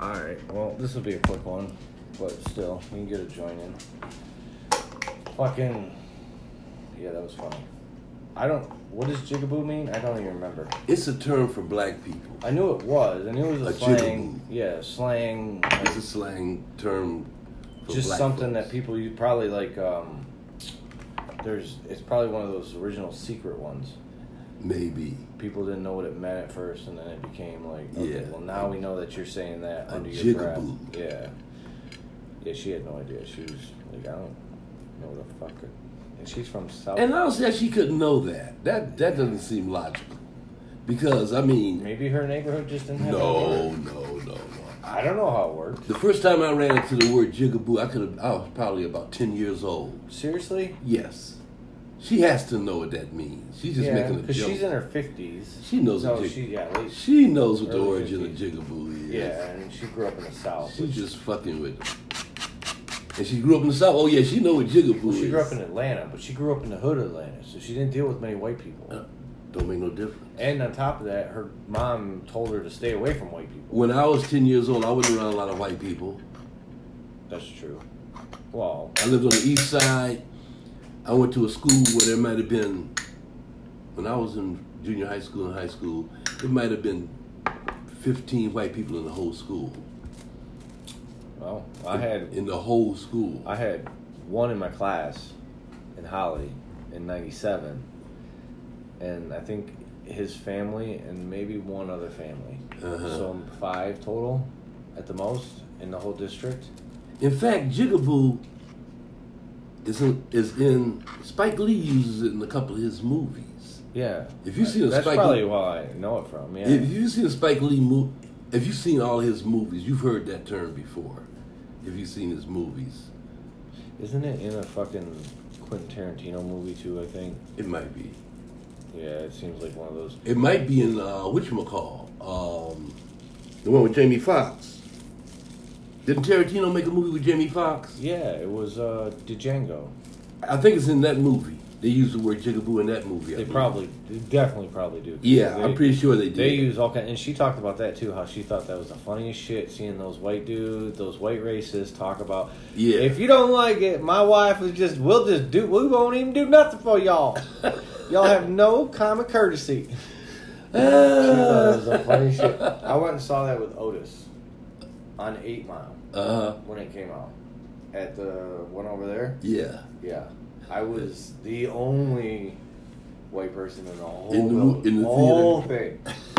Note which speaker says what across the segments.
Speaker 1: Alright, well, this will be a quick one, but still, you can get a join in. Fucking. Yeah, that was funny. I don't. What does jigaboo mean? I don't even remember.
Speaker 2: It's a term for black people.
Speaker 1: I knew it was. I knew it was a,
Speaker 2: A
Speaker 1: slang. Yeah, slang. like,
Speaker 2: It's a slang term for
Speaker 1: just
Speaker 2: black
Speaker 1: something
Speaker 2: folks.
Speaker 1: that people you probably like. um There's. It's probably one of those original secret ones.
Speaker 2: Maybe.
Speaker 1: People didn't know what it meant at first, and then it became like, okay,
Speaker 2: Yeah.
Speaker 1: well now we know that you're saying that
Speaker 2: A
Speaker 1: under your
Speaker 2: jigaboo.
Speaker 1: breath. Yeah. Yeah, she had no idea. She was like, I don't know the fuck. it- And she's from South.
Speaker 2: And I don't say she couldn't know that. That that doesn't seem logical. Because I mean
Speaker 1: Maybe her neighborhood just didn't have. a
Speaker 2: No,
Speaker 1: word.
Speaker 2: no, no, no.
Speaker 1: I don't know how it worked.
Speaker 2: The first time I ran into the word jigaboo, I could have I was probably about ten years old.
Speaker 1: Seriously?
Speaker 2: Yes. She has to know what that means. She's just making a joke.
Speaker 1: because she's in her fifties.
Speaker 2: She knows
Speaker 1: No,
Speaker 2: a jig-
Speaker 1: she yeah, late,
Speaker 2: She knows what the
Speaker 1: Early
Speaker 2: origin of
Speaker 1: 50s.
Speaker 2: jigaboo is.
Speaker 1: yeah, and she grew up in the south.
Speaker 2: She's just fucking with them. And she grew up in the South. Oh yeah, she know what jigaboo
Speaker 1: Well,
Speaker 2: is.
Speaker 1: she grew up in Atlanta, but she grew up in the hood of Atlanta, so she didn't deal with many white people.
Speaker 2: Uh, Don't make no difference.
Speaker 1: And on top of that, her mom told her to stay away from white people.
Speaker 2: When I was ten years old, I was around a lot of white people.
Speaker 1: That's true. Well,
Speaker 2: I lived on the east side. I went to a school where there might have been, when I was in junior high school and high school, there might have been 15 white people in the whole school.
Speaker 1: well, I had
Speaker 2: In the whole school.
Speaker 1: I had one in my class in Holly in '97, and I think his family and maybe one other family.
Speaker 2: Uh-huh.
Speaker 1: So I'm five total, at the most, in the whole district.
Speaker 2: In fact, Jigaboo is in, is in, Spike Lee uses it in a couple of his movies.
Speaker 1: Yeah.
Speaker 2: If you see a
Speaker 1: That's
Speaker 2: Spike
Speaker 1: probably
Speaker 2: Lee-
Speaker 1: where I know it from. Yeah.
Speaker 2: If you've seen a Spike Lee movie, if you've seen all his movies, you've heard that term before. If you've seen his movies,
Speaker 1: Isn't it in a fucking Quentin Tarantino movie too? I think.
Speaker 2: it might be.
Speaker 1: Yeah, it seems like one of those.
Speaker 2: It might be in uh, whatchamacall, um, the one with Jamie Foxx. Didn't Tarantino make a movie with Jamie Foxx?
Speaker 1: Yeah, it was uh, Django.
Speaker 2: I think it's in that movie. They use the word jigaboo in that movie.
Speaker 1: They
Speaker 2: I believe.
Speaker 1: probably, they definitely, probably do.
Speaker 2: Yeah,
Speaker 1: They-
Speaker 2: I'm pretty sure they did.
Speaker 1: They use all kind, and she talked about that too. How she thought that was the funniest shit, seeing those white dudes, those white racists talk about.
Speaker 2: Yeah.
Speaker 1: If you don't like it, my wife is just. We'll just do. We won't even do nothing for y'all. y'all have no common courtesy.
Speaker 2: Ah.
Speaker 1: She thought it was the funniest shit. I went and saw that with Otis on Eight Mile
Speaker 2: uh,
Speaker 1: when it came out at the one over there.
Speaker 2: yeah.
Speaker 1: Yeah, I was the only white person in the whole
Speaker 2: In the mo-
Speaker 1: building,
Speaker 2: in the
Speaker 1: whole thing.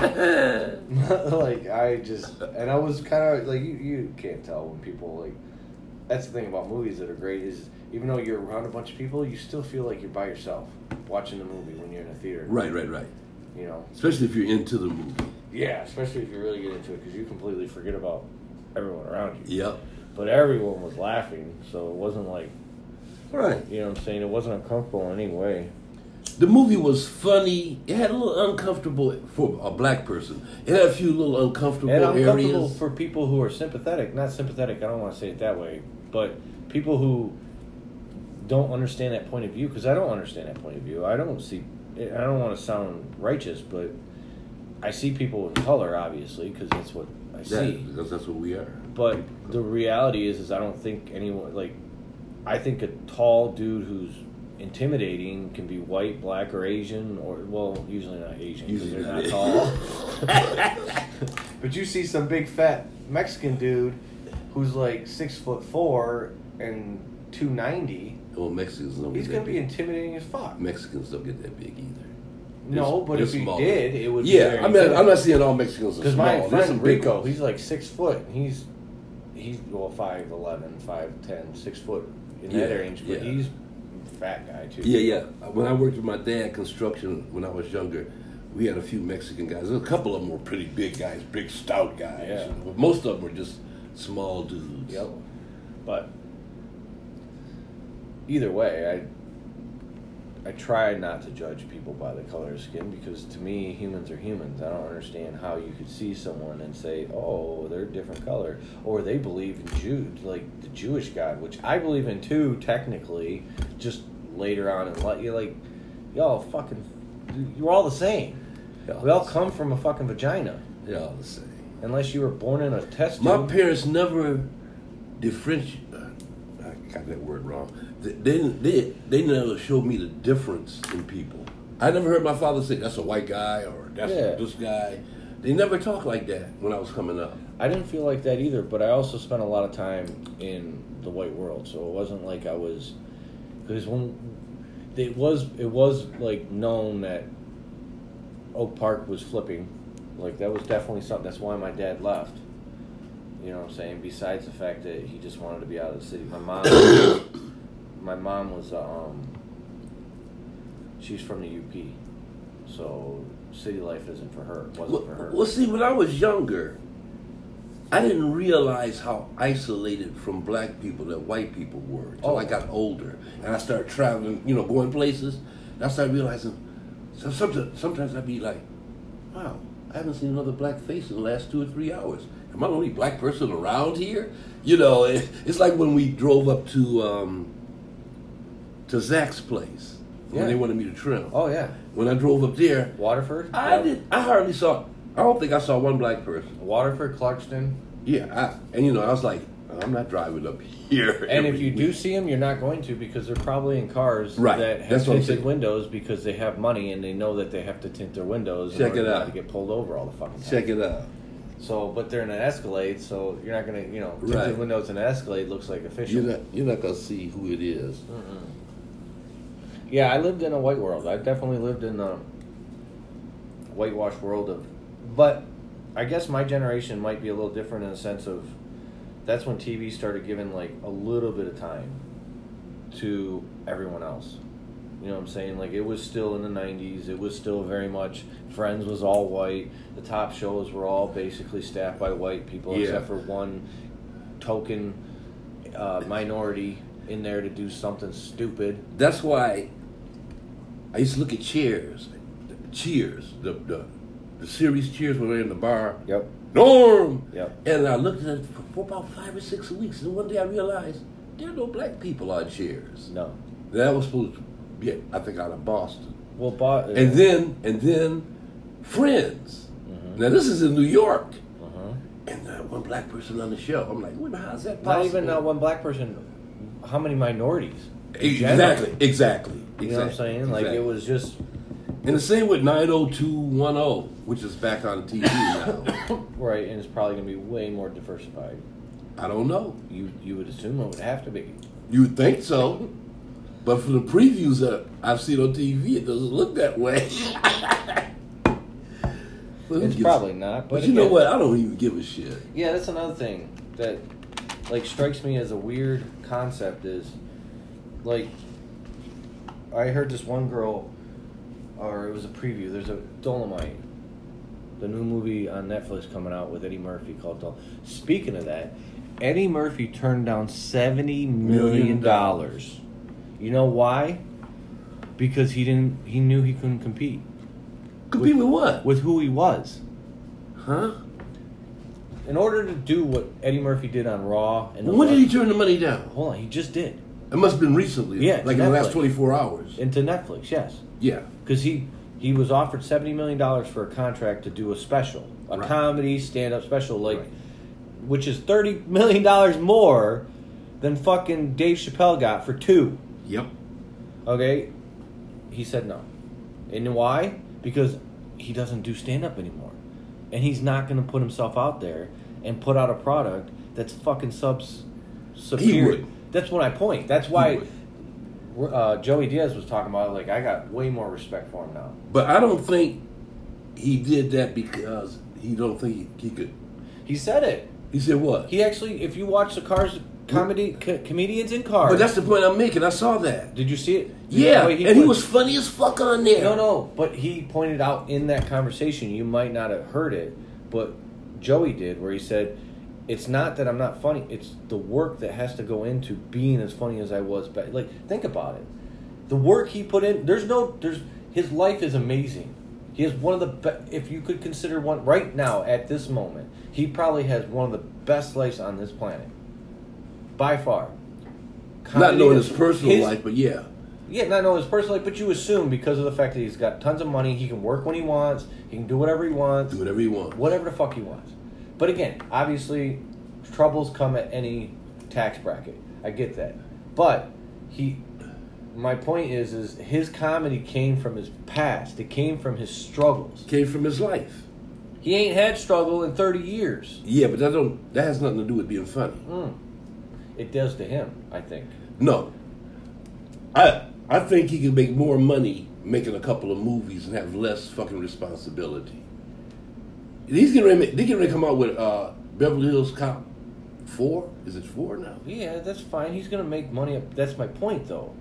Speaker 1: like I just and I was kind of like you you can't tell when people like that's the thing about movies that are great is even though you're around a bunch of people you still feel like you're by yourself watching the movie when you're in a theater
Speaker 2: Right, right, right.
Speaker 1: you know
Speaker 2: Especially if you're into the movie.
Speaker 1: yeah especially if you really get into it because you completely forget about everyone around you
Speaker 2: Yep.
Speaker 1: but everyone was laughing so it wasn't like
Speaker 2: Right.
Speaker 1: you know what I'm saying it wasn't uncomfortable in any way
Speaker 2: The movie was funny. It had a little uncomfortable for a black person. It had a few little uncomfortable,
Speaker 1: and uncomfortable
Speaker 2: areas.
Speaker 1: for people who are sympathetic not sympathetic i don't want to say it that way but people who don't understand that point of view because i don't understand that point of view i don't see i don't want to sound righteous but i see people of color obviously because that's what i
Speaker 2: That-
Speaker 1: see
Speaker 2: because that's what we are.
Speaker 1: but the reality is, is I don't think anyone like. I think a tall dude who's intimidating can be white, black, or Asian, or well, usually not Asian because
Speaker 2: Usually
Speaker 1: they're not
Speaker 2: not
Speaker 1: tall. but you see some big fat Mexican dude who's like six foot four and two ninety.
Speaker 2: Well, Mexicans don't.
Speaker 1: He's
Speaker 2: get
Speaker 1: gonna
Speaker 2: that
Speaker 1: be
Speaker 2: big.
Speaker 1: intimidating as fuck.
Speaker 2: Mexicans don't get that big either.
Speaker 1: No, but
Speaker 2: They're
Speaker 1: if he
Speaker 2: smaller.
Speaker 1: did, it would.
Speaker 2: Yeah,
Speaker 1: be very
Speaker 2: I mean, I'm
Speaker 1: intimidating.
Speaker 2: not saying all Mexicans are
Speaker 1: Because
Speaker 2: small.
Speaker 1: my
Speaker 2: There's some
Speaker 1: friend
Speaker 2: big
Speaker 1: Rico,
Speaker 2: ones.
Speaker 1: he's like six foot. and He's he's well five eleven, five ten, six foot in that
Speaker 2: Yeah,
Speaker 1: range. But
Speaker 2: yeah.
Speaker 1: he's a fat guy too.
Speaker 2: Yeah, yeah. When I worked with my dad construction when I was younger, we had a few Mexican guys. A couple of them were pretty big guys, big stout guys.
Speaker 1: Yeah.
Speaker 2: But most of them were just small dudes.
Speaker 1: Yep. But either way, I I try not to judge people by the color of skin because to me, humans are humans. I don't understand how you could see someone and say, "Oh, they're a different color," or they believe in Jude, like the Jewish God, which I believe in too, technically. Just later on in life, you're like, y'all fucking, you're all the same.
Speaker 2: Yeah.
Speaker 1: We all come from a fucking vagina.
Speaker 2: They're all the same.
Speaker 1: unless you were born in a test
Speaker 2: My
Speaker 1: tube.
Speaker 2: parents never differentiate. uh, I got that word wrong. They, they they they never showed me the difference in people. I never heard my father say that's a white guy or that's
Speaker 1: Yeah.
Speaker 2: this guy. They never talked like that when I was coming up.
Speaker 1: I didn't feel like that either, but I also spent a lot of time in the white world, so it wasn't like I was because when it was it was like known that Oak Park was flipping, like that was definitely something. That's why my dad left. You know what I'm saying? Besides the fact that he just wanted to be out of the city, my mom, my mom was um, she's from the UP, so city life isn't for her. It wasn't for
Speaker 2: Well,
Speaker 1: her.
Speaker 2: well, see, when I was younger, I didn't realize how isolated from black people that white people were until I
Speaker 1: Oh.
Speaker 2: got older and I started traveling, you know, going places. And I started realizing so sometimes, sometimes I'd be like, wow, I haven't seen another black face in the last two or three hours. Am I the only black person around here? You know, it, it's like when we drove up to um, to Zach's place when
Speaker 1: Yeah.
Speaker 2: they wanted me to trim.
Speaker 1: Oh yeah.
Speaker 2: When I drove up there,
Speaker 1: Waterford.
Speaker 2: I
Speaker 1: Yep.
Speaker 2: did. I hardly saw. I don't think I saw one black person.
Speaker 1: Waterford, Clarkston.
Speaker 2: Yeah, I, and you know, I was like, I'm not driving up here.
Speaker 1: And if
Speaker 2: every
Speaker 1: you
Speaker 2: week.
Speaker 1: do see them, you're not going to because they're probably in cars
Speaker 2: Right.
Speaker 1: that have
Speaker 2: That's what I'm
Speaker 1: tinted
Speaker 2: saying.
Speaker 1: windows because they have money and they know that they have to tint their windows
Speaker 2: Check
Speaker 1: in order
Speaker 2: it
Speaker 1: not
Speaker 2: out.
Speaker 1: to get pulled over all the fucking time.
Speaker 2: check it out.
Speaker 1: So, but they're in an Escalade, so you're not gonna, you know, tinted
Speaker 2: Right.
Speaker 1: windows in an Escalade looks like
Speaker 2: You're
Speaker 1: official.
Speaker 2: not. You're not gonna see who it is.
Speaker 1: Yeah, I lived in a white world. I definitely lived in the whitewashed world of, but I guess my generation might be a little different in the sense of that's when TV started giving like a little bit of time to everyone else. You know what I'm saying? Like it was still in the '90s. It was still very much Friends was all white. The top shows were all basically staffed by white people,
Speaker 2: Yeah.
Speaker 1: except for one token uh, minority in there to do something stupid.
Speaker 2: That's why I used to look at Cheers, Cheers, the the, the series Cheers when they're in the bar.
Speaker 1: Yep.
Speaker 2: Norm.
Speaker 1: Yep.
Speaker 2: And I looked at it for, for about five or six weeks, and one day I realized there are no black people on Cheers.
Speaker 1: No.
Speaker 2: That was supposed to be, I think, out of Boston.
Speaker 1: Well, uh, Bob.
Speaker 2: and then and then friends.
Speaker 1: Mm-hmm.
Speaker 2: Now this is in New York,
Speaker 1: uh-huh.
Speaker 2: and uh, one black person on the show. I'm like, well, how's that
Speaker 1: not
Speaker 2: possible?
Speaker 1: even not one black person. How many minorities? in general?
Speaker 2: exactly, exactly.
Speaker 1: You know what I'm saying? Like it was just
Speaker 2: and the same with 90210, which is back on TV now.
Speaker 1: right, and it's probably gonna be way more diversified.
Speaker 2: I don't know.
Speaker 1: You you would assume it would have to be.
Speaker 2: You would think so, but from the previews that I've seen on TV, it doesn't look that way. But who
Speaker 1: It's
Speaker 2: gives-
Speaker 1: probably not. But,
Speaker 2: But you know
Speaker 1: again-
Speaker 2: what? I don't even give a shit.
Speaker 1: Yeah, that's another thing that like strikes me as a weird concept is like I heard this one girl or it was a preview, there's a Dolomite. The new movie on Netflix coming out with Eddie Murphy called Dol Speaking of that, Eddie Murphy turned down seventy million
Speaker 2: Million
Speaker 1: dollars. You know why? Because he didn't he knew he couldn't compete
Speaker 2: Compete with what?
Speaker 1: with who he was.
Speaker 2: Huh?
Speaker 1: In order to do what Eddie Murphy did on Raw and the
Speaker 2: When did
Speaker 1: Lux-
Speaker 2: he turn the money down?
Speaker 1: Hold on, he just did.
Speaker 2: It must have been recently.
Speaker 1: Yeah,
Speaker 2: Like in the last
Speaker 1: Netflix.
Speaker 2: 24 hours.
Speaker 1: Into Netflix, yes.
Speaker 2: Yeah.
Speaker 1: Because he, he was offered $70 million for a contract to do a special, a
Speaker 2: Right.
Speaker 1: comedy stand up special, like,
Speaker 2: Right.
Speaker 1: which is $30 million more than fucking Dave Chappelle got for two.
Speaker 2: Yep.
Speaker 1: Okay? He said no. And why? Because he doesn't do stand up anymore. And he's not going to put himself out there and put out a product that's fucking subs superior.
Speaker 2: would.
Speaker 1: That's what I point. That's
Speaker 2: He
Speaker 1: why
Speaker 2: would.
Speaker 1: uh, Joey Diaz was talking about like I got way more respect for him now.
Speaker 2: But I don't think he did that because he don't think he, he could.
Speaker 1: He said it.
Speaker 2: He said what?
Speaker 1: He actually, if you watch the Cars comedy co- comedians in Cars,
Speaker 2: but that's the point I'm making. I saw that.
Speaker 1: did you see it?
Speaker 2: Yeah,
Speaker 1: The way
Speaker 2: and he
Speaker 1: put-
Speaker 2: was funny as fuck on there.
Speaker 1: No, no, but he pointed out in that conversation, you might not have heard it, but Joey did, where he said, "It's not that I'm not funny; it's the work that has to go into being as funny as I was." But like, think about it: the work he put in. There's no, there's his life is amazing. He has one of the best. If you could consider one right now at this moment, he probably has one of the best lives on this planet, by far.
Speaker 2: Not
Speaker 1: Comedy
Speaker 2: knowing
Speaker 1: is-
Speaker 2: his personal
Speaker 1: his-
Speaker 2: life, but yeah.
Speaker 1: yeah, not know his personal life, but you assume because of the fact that he's got tons of money, he can work when he wants, he can do whatever he wants,
Speaker 2: Do whatever he wants.
Speaker 1: whatever the fuck he wants. But again, obviously, troubles come at any tax bracket. I get that, but he, my point is, is his comedy came from his past. It came from his struggles.
Speaker 2: Came from his life.
Speaker 1: He ain't had struggle in thirty years.
Speaker 2: Yeah, but that don't that has nothing to do with being funny.
Speaker 1: Mm. It does to him, I think.
Speaker 2: No. I I think he can make more money making a couple of movies and have less fucking responsibility. He's getting ready, they're getting ready to come out with uh, Beverly Hills Cop four. Is it four now?
Speaker 1: Yeah, that's fine. He's gonna make money. Up. That's my point, though.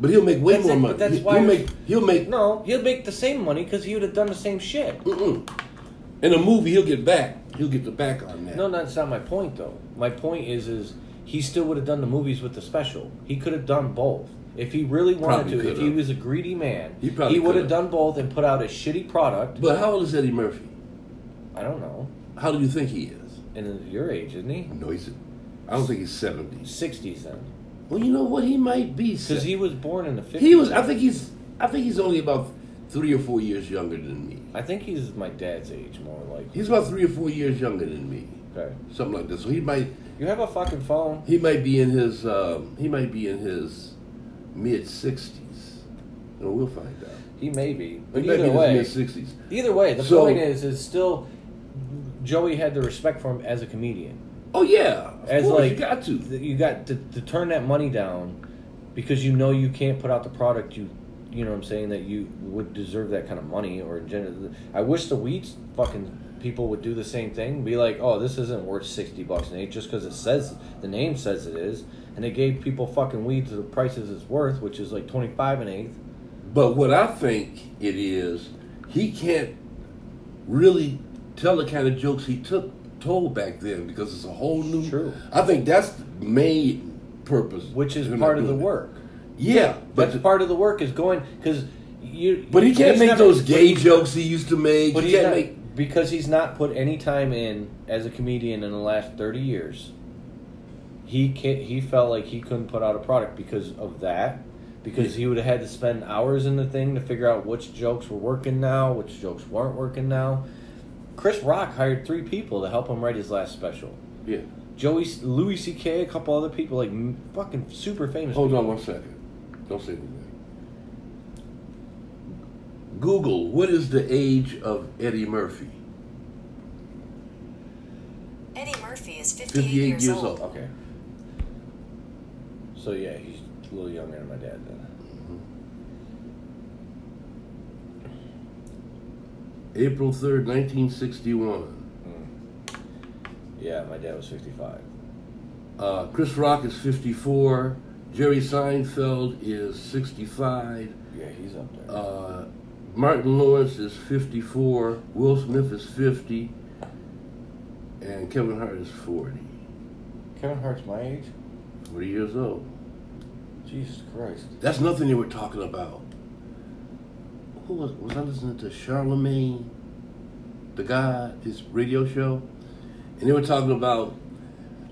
Speaker 2: But he'll make way
Speaker 1: That's
Speaker 2: more
Speaker 1: it, but
Speaker 2: money.
Speaker 1: that's
Speaker 2: He-
Speaker 1: why-
Speaker 2: he'll make he'll make
Speaker 1: No, he'll make the same money because he would have done the same shit.
Speaker 2: mm-mm. in a movie. He'll get back. He'll get the back on that.
Speaker 1: No, that's not my point though. My point is, is he still would have done the movies with the special. He could have done both if he really wanted
Speaker 2: Probably
Speaker 1: to. If
Speaker 2: could've.
Speaker 1: he was a greedy man,
Speaker 2: He probably
Speaker 1: would have
Speaker 2: could've.
Speaker 1: done both and put out a shitty product.
Speaker 2: But how old is Eddie Murphy?
Speaker 1: I don't know.
Speaker 2: How do you think he is?
Speaker 1: And your age, isn't he?
Speaker 2: No, he's. I don't think he's seventy.
Speaker 1: Sixties then,
Speaker 2: Well, you know what? He might be.
Speaker 1: because
Speaker 2: 70.
Speaker 1: he was born in the fifties.
Speaker 2: He was. I think he's. I think he's only about three or four years younger than me.
Speaker 1: I think he's my dad's age, more like.
Speaker 2: He's about three or four years younger than me,
Speaker 1: Okay.
Speaker 2: something like that. So he might.
Speaker 1: You have a fucking phone.
Speaker 2: He might be in his. Um, he might be in his mid sixties. No, we'll find out.
Speaker 1: He may be,
Speaker 2: He
Speaker 1: but
Speaker 2: might be
Speaker 1: either
Speaker 2: in
Speaker 1: way,
Speaker 2: his mid sixties.
Speaker 1: Either way, the
Speaker 2: So-
Speaker 1: point is, is still Joey had the respect for him as a comedian.
Speaker 2: Oh yeah, of
Speaker 1: As
Speaker 2: course
Speaker 1: like
Speaker 2: you got to.
Speaker 1: th- you got to, to turn that money down because you know you can't put out the product you, you know what I'm saying that you would deserve that kind of money or engender. I wish the weeds fucking people would do the same thing. Be like, oh, this isn't worth sixty bucks an eight just because it says the name says it is, and they gave people fucking weed to the prices it's worth, which is like twenty five an eighth.
Speaker 2: But what I think it is, he can't really tell the kind of jokes he took told back then because it's a whole new.
Speaker 1: True.
Speaker 2: I think that's the main purpose,
Speaker 1: which is
Speaker 2: They're not
Speaker 1: part of the
Speaker 2: doing it.
Speaker 1: work.
Speaker 2: Yeah, but
Speaker 1: That's part of the work is going because you.
Speaker 2: but he can't
Speaker 1: he's
Speaker 2: make
Speaker 1: not-
Speaker 2: those
Speaker 1: but
Speaker 2: gay
Speaker 1: he-
Speaker 2: jokes he used to make.
Speaker 1: But
Speaker 2: he
Speaker 1: he's
Speaker 2: can't
Speaker 1: not,
Speaker 2: make.
Speaker 1: because he's not put any time in as a comedian in the last thirty years. He can He felt like he couldn't put out a product because of that. Because he would have had to spend hours in the thing to figure out which jokes were working now, which jokes weren't working now. Chris Rock hired three people to help him write his last special.
Speaker 2: Yeah.
Speaker 1: Joey, Louis C.K., a couple other people, like m- fucking super famous.
Speaker 2: Hold on one second. Don't say anything. Google. What is the age of Eddie Murphy?
Speaker 3: Eddie Murphy is 58,
Speaker 2: Fifty-eight
Speaker 3: years, old.
Speaker 1: Okay. So yeah, he's a little younger than my dad then.
Speaker 2: April third, nineteen sixty-one.
Speaker 1: Mm. Yeah, my dad was fifty-five.
Speaker 2: Uh, Chris Rock is 54. Jerry Seinfeld is 65.
Speaker 1: Yeah, he's up there.
Speaker 2: Uh, Martin Lawrence is 54. Will Smith is 50. And Kevin Hart is 40.
Speaker 1: Kevin Hart's my age.
Speaker 2: 40 years old.
Speaker 1: Jesus Christ.
Speaker 2: That's nothing they were talking about. Who was, was I listening to Charlemagne, the guy, his radio show? And they were talking about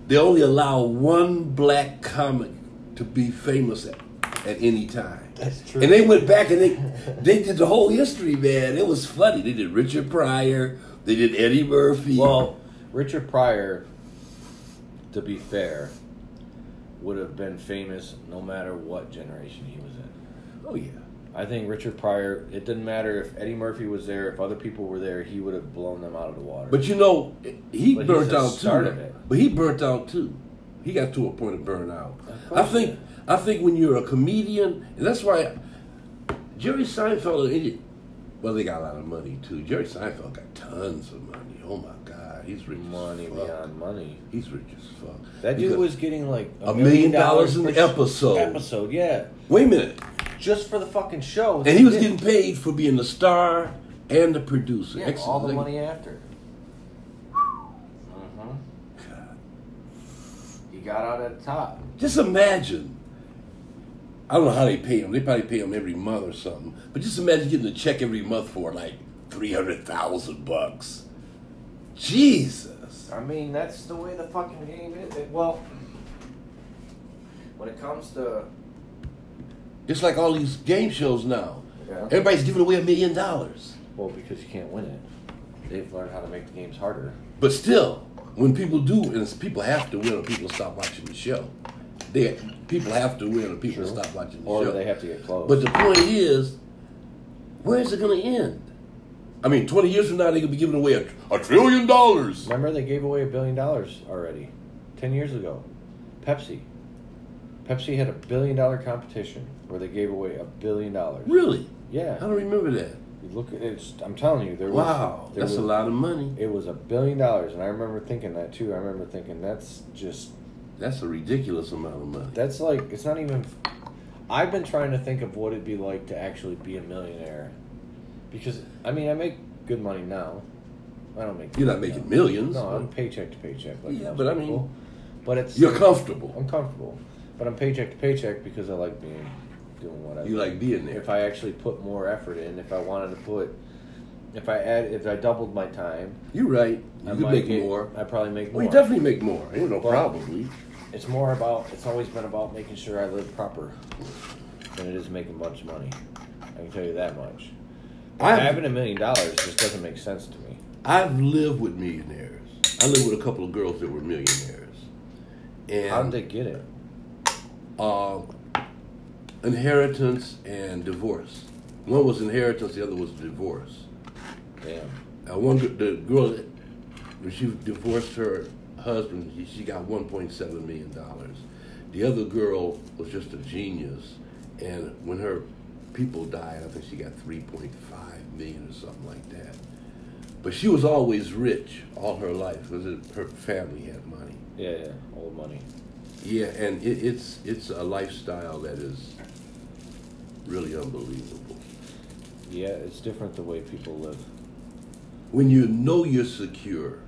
Speaker 2: they only allow one black comic to be famous at, at any time.
Speaker 1: That's true.
Speaker 2: And they went back and they they did the whole history, man. It was funny. They did Richard Pryor, they did Eddie Murphy.
Speaker 1: Well, Richard Pryor, to be fair, would have been famous no matter what generation he was in.
Speaker 2: oh yeah.
Speaker 1: I think Richard Pryor. It didn't matter if Eddie Murphy was there, if other people were there, he would have blown them out of the water.
Speaker 2: But you know, he
Speaker 1: But he's
Speaker 2: burnt
Speaker 1: the
Speaker 2: out
Speaker 1: start
Speaker 2: too.
Speaker 1: of it.
Speaker 2: But he burnt out too. He got to a point of burnout.
Speaker 1: course
Speaker 2: I think. I think when you're a comedian, and that's why Jerry Seinfeld. and Eddie- Well, they got a lot of money too. Jerry Seinfeld got tons of money. Oh my God, he's rich.
Speaker 1: money
Speaker 2: as fuck.
Speaker 1: beyond money.
Speaker 2: He's rich as fuck.
Speaker 1: That dude
Speaker 2: Because-
Speaker 1: was getting like
Speaker 2: A million dollars an
Speaker 1: per s-
Speaker 2: episode.
Speaker 1: Episode, yeah,
Speaker 2: Wait a minute,
Speaker 1: just for the fucking show.
Speaker 2: and he was
Speaker 1: Yeah.
Speaker 2: getting paid for being the star and the producer.
Speaker 1: yeah,
Speaker 2: Excellent.
Speaker 1: all the
Speaker 2: Like,
Speaker 1: money after. Mhm.
Speaker 2: God.
Speaker 1: He got out at the top.
Speaker 2: Just imagine. I don't know how they pay them. They probably pay them every month or something. But just imagine getting a check every month for like three hundred thousand bucks. Jesus.
Speaker 1: I mean, that's the way the fucking game is. It- well, when it comes to
Speaker 2: It's like all these game shows now.
Speaker 1: Yeah.
Speaker 2: Everybody's giving away a million dollars.
Speaker 1: well, because you can't win it, they've learned how to make the games harder.
Speaker 2: But still, when people do, and it's, people have to win, or people stop watching the show. They people have to win, or people
Speaker 1: True.
Speaker 2: stop watching the
Speaker 1: Or
Speaker 2: show.
Speaker 1: they have to get close.
Speaker 2: But the point is, where is it going to end? I mean, twenty years from now, they could be giving away a, a trillion dollars.
Speaker 1: Remember they gave away a billion dollars already, ten years ago. Pepsi. Pepsi had a billion dollar competition where they gave away a billion dollars.
Speaker 2: Really? I
Speaker 1: Yeah.
Speaker 2: don't remember that.
Speaker 1: You look, at- it's. I'm telling you, there was.
Speaker 2: Wow,
Speaker 1: there
Speaker 2: that's
Speaker 1: was,
Speaker 2: a lot of money.
Speaker 1: It was a billion dollars, and I remember thinking that too. I remember thinking that's just
Speaker 2: That's a ridiculous amount of money.
Speaker 1: that's like it's not even. I've been trying to think of what it'd be like to actually be a millionaire, because I mean I make good money now. I don't make.
Speaker 2: You're not making millions.
Speaker 1: No, I'm
Speaker 2: but
Speaker 1: paycheck to paycheck. Like
Speaker 2: Yeah,
Speaker 1: most
Speaker 2: but I
Speaker 1: people.
Speaker 2: mean-
Speaker 1: but it's
Speaker 2: you're comfortable.
Speaker 1: I'm comfortable, but I'm paycheck to paycheck because I like being doing whatever.
Speaker 2: You like being there.
Speaker 1: if I actually put more effort in, if I wanted to put, if I add, if I doubled my time,
Speaker 2: You're right. You
Speaker 1: I
Speaker 2: could
Speaker 1: might
Speaker 2: make
Speaker 1: get-
Speaker 2: more.
Speaker 1: I probably make more.
Speaker 2: Well, you definitely make more. You know,
Speaker 1: Well-
Speaker 2: probably.
Speaker 1: It's more about. It's always been about making sure I live proper, than it is making much money. I can tell you that much.
Speaker 2: I've-
Speaker 1: Having a million dollars just doesn't make sense to me.
Speaker 2: I've lived with millionaires. I lived with a couple of girls that were millionaires, and
Speaker 1: How did they get it?
Speaker 2: um, inheritance and divorce. One was inheritance, the other was divorce.
Speaker 1: Damn.
Speaker 2: Uh, one gr- the girl that when she divorced her husband, she, she got 1.7 million dollars. The other girl was just a genius, and when her people died, I think she got 3.5 million or something like that. But she was always rich all her life because her family had money.
Speaker 1: Yeah, yeah. Old money.
Speaker 2: Yeah, and it, it's it's a lifestyle that is really unbelievable.
Speaker 1: Yeah, it's different the way people live.
Speaker 2: When you know you're secure,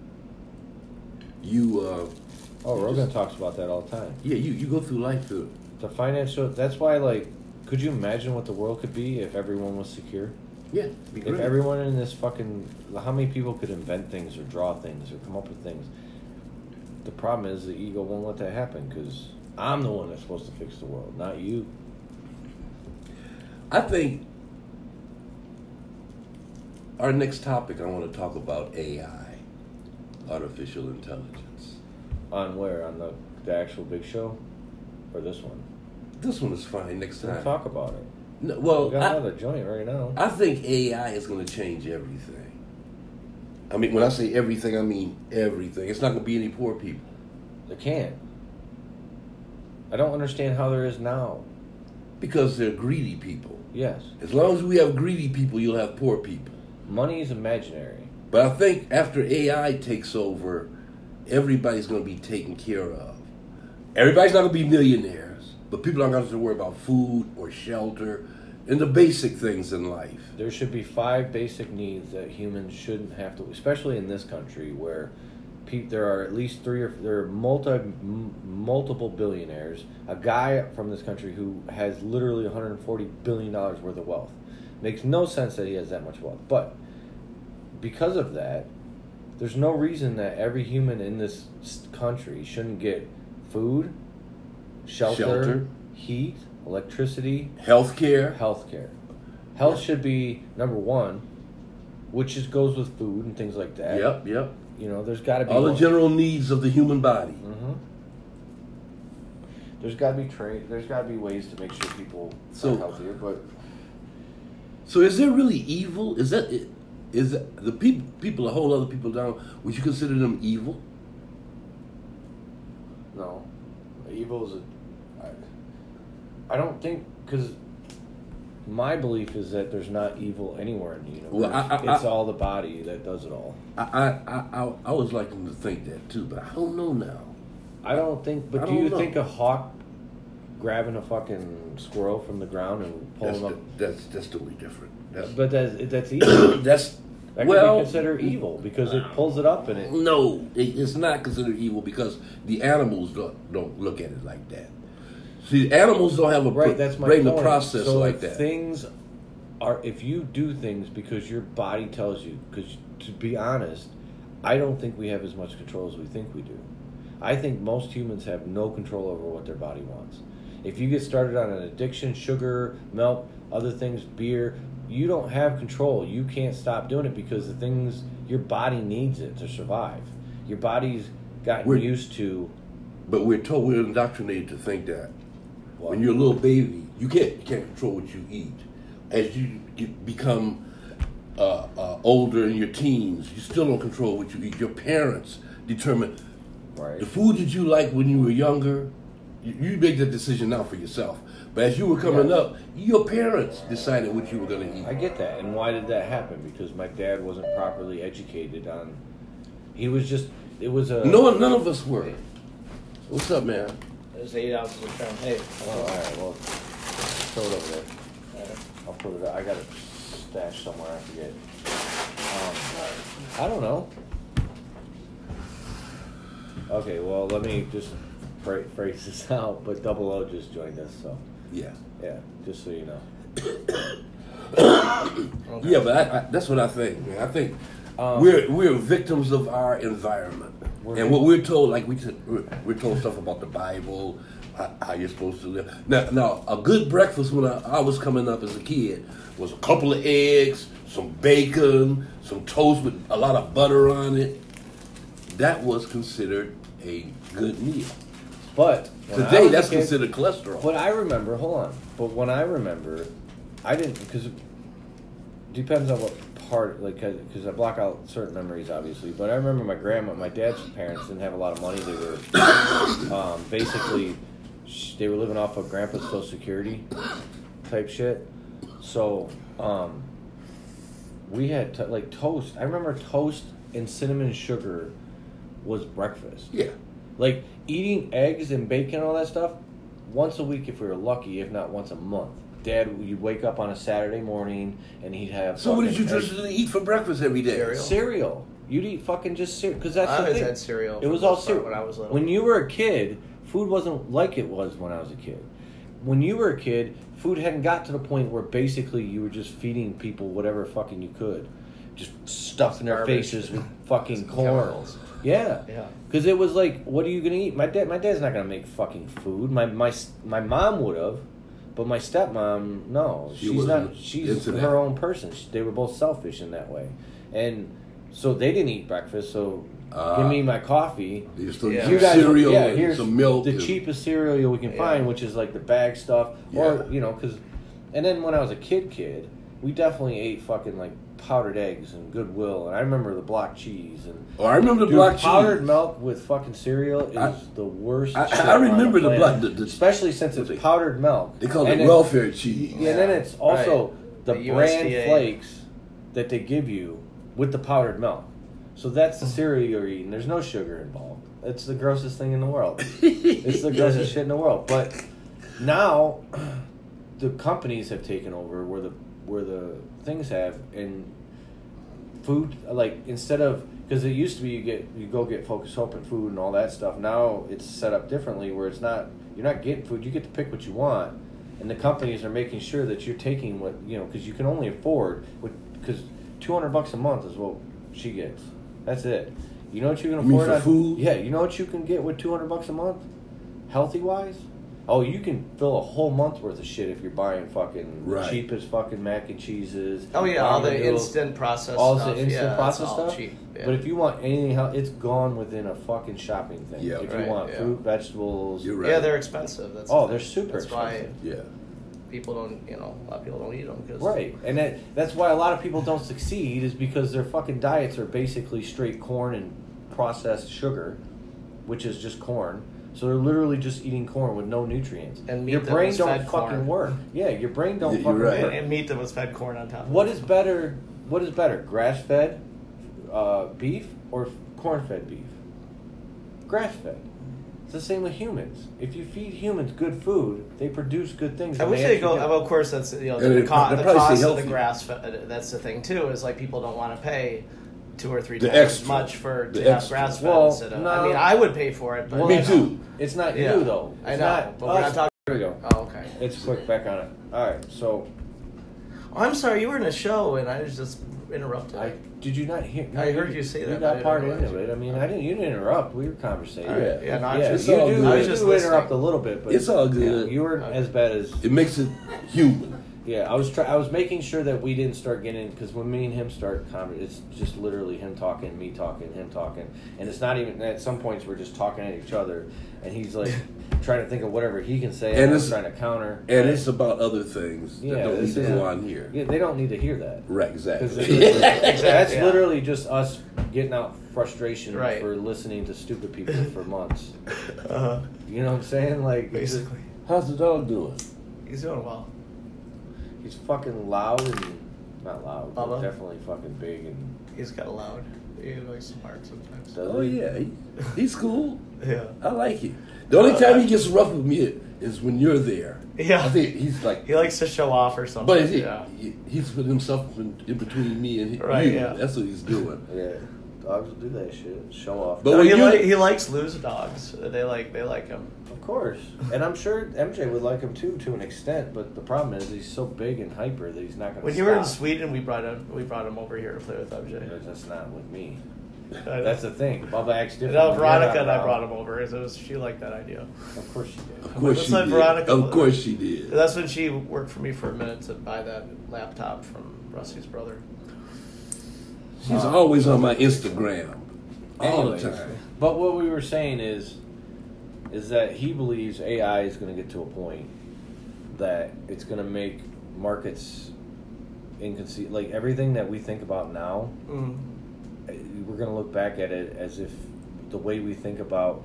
Speaker 2: you uh,
Speaker 1: Oh,
Speaker 2: You
Speaker 1: Rogan
Speaker 2: just-
Speaker 1: talks about that all the time.
Speaker 2: yeah you, you go through life through.
Speaker 1: The financial. That's why, like, could you imagine what the world could be if everyone was secure?
Speaker 2: Yeah, be
Speaker 1: If everyone in this fucking, how many people could invent things or draw things or come up with things? The problem is the ego won't let that happen because I'm the one that's supposed to fix the world, not you.
Speaker 2: I think our next topic I want to talk about AI, artificial intelligence.
Speaker 1: On where on the the actual big show, or this one?
Speaker 2: This one is fine next
Speaker 1: We'll
Speaker 2: time.
Speaker 1: talk about it.
Speaker 2: No,
Speaker 1: We
Speaker 2: well,
Speaker 1: got
Speaker 2: Oh, I,
Speaker 1: another joint right now.
Speaker 2: I think AI is going to change everything. I mean, when I say everything, I mean everything. It's not going to be any poor people.
Speaker 1: They can't. I don't understand how there is now.
Speaker 2: because they're greedy people.
Speaker 1: Yes,
Speaker 2: As long as we have greedy people, you'll have poor people.
Speaker 1: money is imaginary.
Speaker 2: But I think after AI takes over, everybody's going to be taken care of. Everybody's not going to be millionaires, but people aren't going to have to worry about food or shelter and the basic things in life.
Speaker 1: There should be five basic needs that humans shouldn't have to, especially in this country where peop there are at least three or there are multi m- multiple billionaires. A guy from this country who has literally 140 billion dollars worth of wealth makes no sense that he has that much wealth, but because of that, there's no reason that every human in this s- country shouldn't get food, shelter,
Speaker 2: Shelter.
Speaker 1: heat, electricity,
Speaker 2: Healthcare,
Speaker 1: healthcare. Health should be number one, which just goes with food and things like that.
Speaker 2: yep, yep.
Speaker 1: You know, there's got to be
Speaker 2: All the
Speaker 1: more-
Speaker 2: general needs of the human body.
Speaker 1: Mhm. There's got to be train. There's got to be ways to make sure people
Speaker 2: So-
Speaker 1: are healthier. But
Speaker 2: So is there really evil? Is that it? Is that the people, people, a whole other people down, would you consider them evil?
Speaker 1: no, evil is a. I, I don't think because my belief is that there's not evil anywhere in the universe.
Speaker 2: Well, I- I-
Speaker 1: it's
Speaker 2: I-
Speaker 1: all the body that does it all.
Speaker 2: I, I, I, I I was liking to think that too, but I don't know now.
Speaker 1: I don't think. But
Speaker 2: I
Speaker 1: do you
Speaker 2: don't know.
Speaker 1: think a hawk grabbing a fucking squirrel from the ground and
Speaker 2: That's,
Speaker 1: pulling up?
Speaker 2: the, that's that's totally different. That's,
Speaker 1: But that's that's evil.
Speaker 2: that's
Speaker 1: That
Speaker 2: well,
Speaker 1: could be considered evil because it pulls it up and it.
Speaker 2: no, it, it's not considered evil because the animals don't, don't look at it like that. See, animals don't have a
Speaker 1: Right, that's my
Speaker 2: brain
Speaker 1: point.
Speaker 2: the process
Speaker 1: so
Speaker 2: like
Speaker 1: if
Speaker 2: that.
Speaker 1: Things are if you do things because your body tells you. Because to be honest, I don't think we have as much control as we think we do. I think most humans have no control over what their body wants. If you get started on an addiction, sugar, milk, other things, beer, you don't have control. You can't stop doing it because the things your body needs it to survive. Your body's gotten
Speaker 2: We're-
Speaker 1: used to.
Speaker 2: But we're told we're indoctrinated to think that
Speaker 1: Well,
Speaker 2: when you're a little baby, you can't you can't control what you eat. As you get, become uh, uh, older in your teens, you still don't control what you eat. Your parents determine
Speaker 1: right.
Speaker 2: the food that you like when you were younger. You, you make that decision now for yourself. But as you were coming
Speaker 1: Yeah.
Speaker 2: up, your parents decided what you were going to eat.
Speaker 1: I get that. And why did that happen? Because my dad wasn't properly educated on. He was just. It was a.
Speaker 2: No, none of us were. What's up, man?
Speaker 4: There's eight ounces of Crown Hey.
Speaker 1: Oh, all right. Well, throw it over there. I'll put it. Up. I got it stashed somewhere. I forget. Um, I don't know. Okay. Well, let me just phra- phrase this out. But Double O just joined us, so
Speaker 2: Yeah.
Speaker 1: yeah. Just so you know.
Speaker 4: Okay.
Speaker 2: Yeah, but I, I, that's what I think. Man. I think
Speaker 1: Um,
Speaker 2: we're we're victims of our environment,
Speaker 1: We're-
Speaker 2: and what we're told, like we said, we're, we're told stuff about the Bible, how, how you're supposed to live. Now, now a good breakfast when I, I was coming up as a kid was a couple of eggs, some bacon, some toast with a lot of butter on it. That was considered a good meal.
Speaker 1: But when I
Speaker 2: Today,
Speaker 1: was a
Speaker 2: that's
Speaker 1: kid-
Speaker 2: considered cholesterol.
Speaker 1: What I remember, hold on. But when I remember, I didn't because it depends on what part, like because I block out certain memories, obviously. But I remember my grandma, my dad's parents didn't have a lot of money. They were um, basically sh- they were living off of grandpa's social security type shit. So um, we had to, like toast. I remember toast and cinnamon sugar was breakfast.
Speaker 2: Yeah,
Speaker 1: Like eating eggs and bacon and all that stuff once a week if we were lucky, if not once a month. Dad, you'd wake up on a Saturday morning and he'd have.
Speaker 2: So what did you
Speaker 1: fucking egg-
Speaker 2: traditionally eat for breakfast every day?
Speaker 4: Cereal.
Speaker 1: Cereal. You'd eat fucking just cereal because that's
Speaker 4: I
Speaker 1: the
Speaker 4: always
Speaker 1: thing.
Speaker 4: had cereal
Speaker 1: It
Speaker 4: for
Speaker 1: was
Speaker 4: the
Speaker 1: all
Speaker 4: most part
Speaker 1: cereal
Speaker 4: when I was little.
Speaker 1: When you were a kid, food wasn't like it was when I was a kid. When you were a kid, food hadn't got to the point where basically you were just feeding people whatever fucking you could, just stuffing their
Speaker 4: Garbage.
Speaker 1: faces with fucking
Speaker 4: Some
Speaker 1: corn.
Speaker 4: chemicals.
Speaker 1: Yeah.
Speaker 4: Yeah.
Speaker 1: Because it was like, what are you gonna eat? My dad, my dad's not gonna make fucking food. My my s- my mom would have, but my stepmom, no,
Speaker 2: She
Speaker 1: she's
Speaker 2: wasn't
Speaker 1: not. She's
Speaker 2: into
Speaker 1: her
Speaker 2: that.
Speaker 1: own person. She, they were both selfish in that way, and so they didn't eat breakfast. So
Speaker 2: Ah.
Speaker 1: give me my coffee.
Speaker 2: You still
Speaker 4: Yeah.
Speaker 2: eat
Speaker 4: You
Speaker 1: guys-
Speaker 2: cereal
Speaker 1: yeah,
Speaker 2: and
Speaker 1: here's
Speaker 2: some milk.
Speaker 1: the
Speaker 2: and-
Speaker 1: cheapest cereal we can
Speaker 4: Yeah.
Speaker 1: find, which is like the bag stuff,
Speaker 2: Yeah.
Speaker 1: or you know, because. And then when I was a kid, kid, we definitely ate fucking like powdered eggs and Goodwill, and I remember the block cheese and.
Speaker 2: Oh, I remember the
Speaker 1: Dude,
Speaker 2: block
Speaker 1: powdered
Speaker 2: cheese.
Speaker 1: milk with fucking cereal is
Speaker 2: I-
Speaker 1: the worst.
Speaker 2: I-
Speaker 1: shit
Speaker 2: I remember
Speaker 1: on
Speaker 2: the
Speaker 1: planet,
Speaker 2: blood- the- the-
Speaker 1: especially since
Speaker 2: what
Speaker 1: it's
Speaker 2: they-
Speaker 1: powdered milk.
Speaker 2: They call it
Speaker 1: And then-
Speaker 2: welfare cheese.
Speaker 1: Yeah, and then it's also
Speaker 4: Right.
Speaker 1: the,
Speaker 4: The
Speaker 1: bran
Speaker 4: USDA.
Speaker 1: flakes that they give you with the powdered milk. So that's the cereal you're eating. There's no sugar involved. It's the grossest thing in the world. it's the grossest shit in the world. But now the companies have taken over where the where the things have and food like instead of because it used to be you get you go get focus hope and food and all that stuff now it's set up differently where it's not you're not getting food you get to pick what you want and the companies are making sure that you're taking what you know because you can only afford what because 200 bucks a month is what she gets that's it you know what you can
Speaker 2: You mean
Speaker 1: afford
Speaker 2: for
Speaker 1: on-
Speaker 2: food?
Speaker 1: yeah you know what you can get with 200 bucks a month healthy wise oh you can fill a whole month worth of shit if you're buying fucking
Speaker 2: Right.
Speaker 1: cheapest fucking mac and cheeses
Speaker 4: Oh yeah, all
Speaker 1: ramen
Speaker 4: the
Speaker 1: noodles
Speaker 4: instant processed
Speaker 1: all
Speaker 4: stuff.
Speaker 1: the instant
Speaker 4: yeah, it's
Speaker 1: process
Speaker 4: all
Speaker 1: stuff.
Speaker 4: Cheap. Yeah.
Speaker 1: But if you want anything else, it's gone within a fucking shopping thing.
Speaker 2: Yeah.
Speaker 1: if
Speaker 4: Right,
Speaker 1: you want
Speaker 4: yeah.
Speaker 1: fruit, vegetables,
Speaker 2: You're right.
Speaker 4: yeah, they're expensive. That's the
Speaker 1: oh, they're
Speaker 4: thing.
Speaker 1: super
Speaker 4: That's
Speaker 1: expensive.
Speaker 2: Yeah.
Speaker 4: why people don't, you know, a lot of people don't eat them because
Speaker 1: Right, and that, that's why a lot of people don't succeed is because their fucking diets are basically straight corn and processed sugar, which is just corn. So they're literally just eating corn with no nutrients.
Speaker 4: And meat
Speaker 1: your
Speaker 4: that
Speaker 1: brain
Speaker 4: was
Speaker 1: don't
Speaker 4: fed
Speaker 1: fucking
Speaker 4: corn.
Speaker 1: work. Yeah, your brain don't
Speaker 2: Yeah, you're
Speaker 1: fucking
Speaker 2: right.
Speaker 1: work.
Speaker 4: and, and meat that was fed corn on top. of
Speaker 1: What
Speaker 4: it.
Speaker 1: is better? What is better, grass-fed uh, beef or f- corn-fed beef? Grass-fed. It's the same with humans. If you feed humans good food, they produce good things.
Speaker 4: I
Speaker 1: and
Speaker 4: wish
Speaker 1: they
Speaker 4: they go.
Speaker 1: actually do.
Speaker 4: Well, of course, that's you know
Speaker 2: And
Speaker 4: the,
Speaker 2: it-
Speaker 4: co-
Speaker 2: they're
Speaker 4: the
Speaker 2: probably
Speaker 4: cost
Speaker 2: stay
Speaker 4: of the
Speaker 2: healthy.
Speaker 4: grass. fed- That's the thing too. Is like people don't want to pay two or three
Speaker 2: The
Speaker 4: times as
Speaker 2: extra.
Speaker 4: much for to
Speaker 2: The
Speaker 4: have
Speaker 2: extra.
Speaker 4: grass fed
Speaker 1: Well,
Speaker 4: instead of. I
Speaker 1: no.
Speaker 4: mean, I would pay for it, but
Speaker 1: Well,
Speaker 2: Me
Speaker 1: I
Speaker 4: you
Speaker 1: know.
Speaker 4: know.
Speaker 2: too.
Speaker 1: It's not
Speaker 4: Yeah.
Speaker 1: you though.
Speaker 4: I
Speaker 1: It's
Speaker 4: know,
Speaker 1: not
Speaker 4: but we're not
Speaker 1: us.
Speaker 4: talking-
Speaker 1: Here we go.
Speaker 4: Oh, okay.
Speaker 1: It's quick back on it. All right. So,
Speaker 4: I'm sorry, you were in a show and I was just interrupted.
Speaker 1: I did you not hear?
Speaker 4: I heard you say that,
Speaker 1: You're
Speaker 4: but I
Speaker 1: not
Speaker 4: didn't
Speaker 1: part
Speaker 4: realize Oh,
Speaker 1: into it. I mean, I didn't. You didn't interrupt. We were conversating.
Speaker 2: All right.
Speaker 4: yeah, no,
Speaker 1: Yeah,
Speaker 4: I'm just,
Speaker 2: all
Speaker 1: you do.
Speaker 2: good. I
Speaker 1: I
Speaker 2: was
Speaker 1: just
Speaker 4: just
Speaker 1: do interrupt a
Speaker 4: listening.
Speaker 1: little bit, but
Speaker 2: It's all
Speaker 1: yeah,
Speaker 2: good.
Speaker 1: you weren't as bad as
Speaker 2: It makes it human.
Speaker 1: Yeah, I was try- I was making sure that we didn't start getting because when me and him start conver- it's just literally him talking, me talking, him talking, and it's not even. At some points, we're just talking at each other, and he's like trying to think of whatever he can say, and,
Speaker 2: And
Speaker 1: I'm
Speaker 2: it's-
Speaker 1: trying to counter.
Speaker 2: And it's about other things that
Speaker 1: Yeah,
Speaker 2: don't need
Speaker 1: this
Speaker 2: to
Speaker 1: is-
Speaker 2: go on here.
Speaker 1: Yeah, they don't need to hear that.
Speaker 2: Right,
Speaker 1: 'Cause
Speaker 2: exactly.
Speaker 1: it's- that's
Speaker 4: yeah.
Speaker 1: literally just us getting out frustration
Speaker 4: Right.
Speaker 1: for listening to stupid people for months.
Speaker 4: Uh-huh.
Speaker 1: You know what I'm saying? Like it's just-
Speaker 4: Basically,
Speaker 2: How's the dog doing?
Speaker 4: he's doing well.
Speaker 1: he's fucking loud and not loud, but
Speaker 4: Bubba?
Speaker 1: definitely fucking big and
Speaker 4: He's got loud. He likes to bark sometimes.
Speaker 1: does
Speaker 2: Oh
Speaker 1: he?
Speaker 2: yeah, he, he's cool.
Speaker 4: Yeah.
Speaker 2: I like it. The
Speaker 1: Uh,
Speaker 2: only time he gets rough with me is when you're there.
Speaker 4: Yeah.
Speaker 2: I think he's like,
Speaker 4: He likes to show off or something.
Speaker 2: but he,
Speaker 4: yeah.
Speaker 2: he- he's putting himself in, in between me and
Speaker 4: Right,
Speaker 2: you.
Speaker 4: yeah.
Speaker 2: That's what he's doing.
Speaker 1: Yeah, dogs will do that shit. Show off.
Speaker 2: But
Speaker 4: No,
Speaker 2: when
Speaker 4: he,
Speaker 2: you-
Speaker 4: li- he likes loose dogs. They like they like him.
Speaker 1: of course, and I'm sure MJ would like him too to an extent. But the problem is he's so big and hyper that he's not going to.
Speaker 4: When you were in Sweden, we brought him we brought him over here to play with MJ.
Speaker 1: that's not with me.
Speaker 4: I-
Speaker 1: That's the thing. Bubba acts different.
Speaker 4: no,
Speaker 1: when you're not
Speaker 4: Veronica and I
Speaker 1: around.
Speaker 4: brought him over. It was she liked that idea.
Speaker 1: Of course you did.
Speaker 2: Of course
Speaker 4: Let's
Speaker 2: she
Speaker 4: let
Speaker 2: did.
Speaker 4: Veronica-
Speaker 2: Of course she did.
Speaker 4: That's when she worked for me for a minute to buy that laptop from Rusty's brother.
Speaker 2: She's always on my Instagram. All the
Speaker 1: Uh, Anyways,
Speaker 2: time.
Speaker 1: But what we were saying is, is that he believes AI is going to get to a point that it's going to make markets inconce like everything that we think about now.
Speaker 4: Mm.
Speaker 1: eh, We're going to look back at it as if the way we think about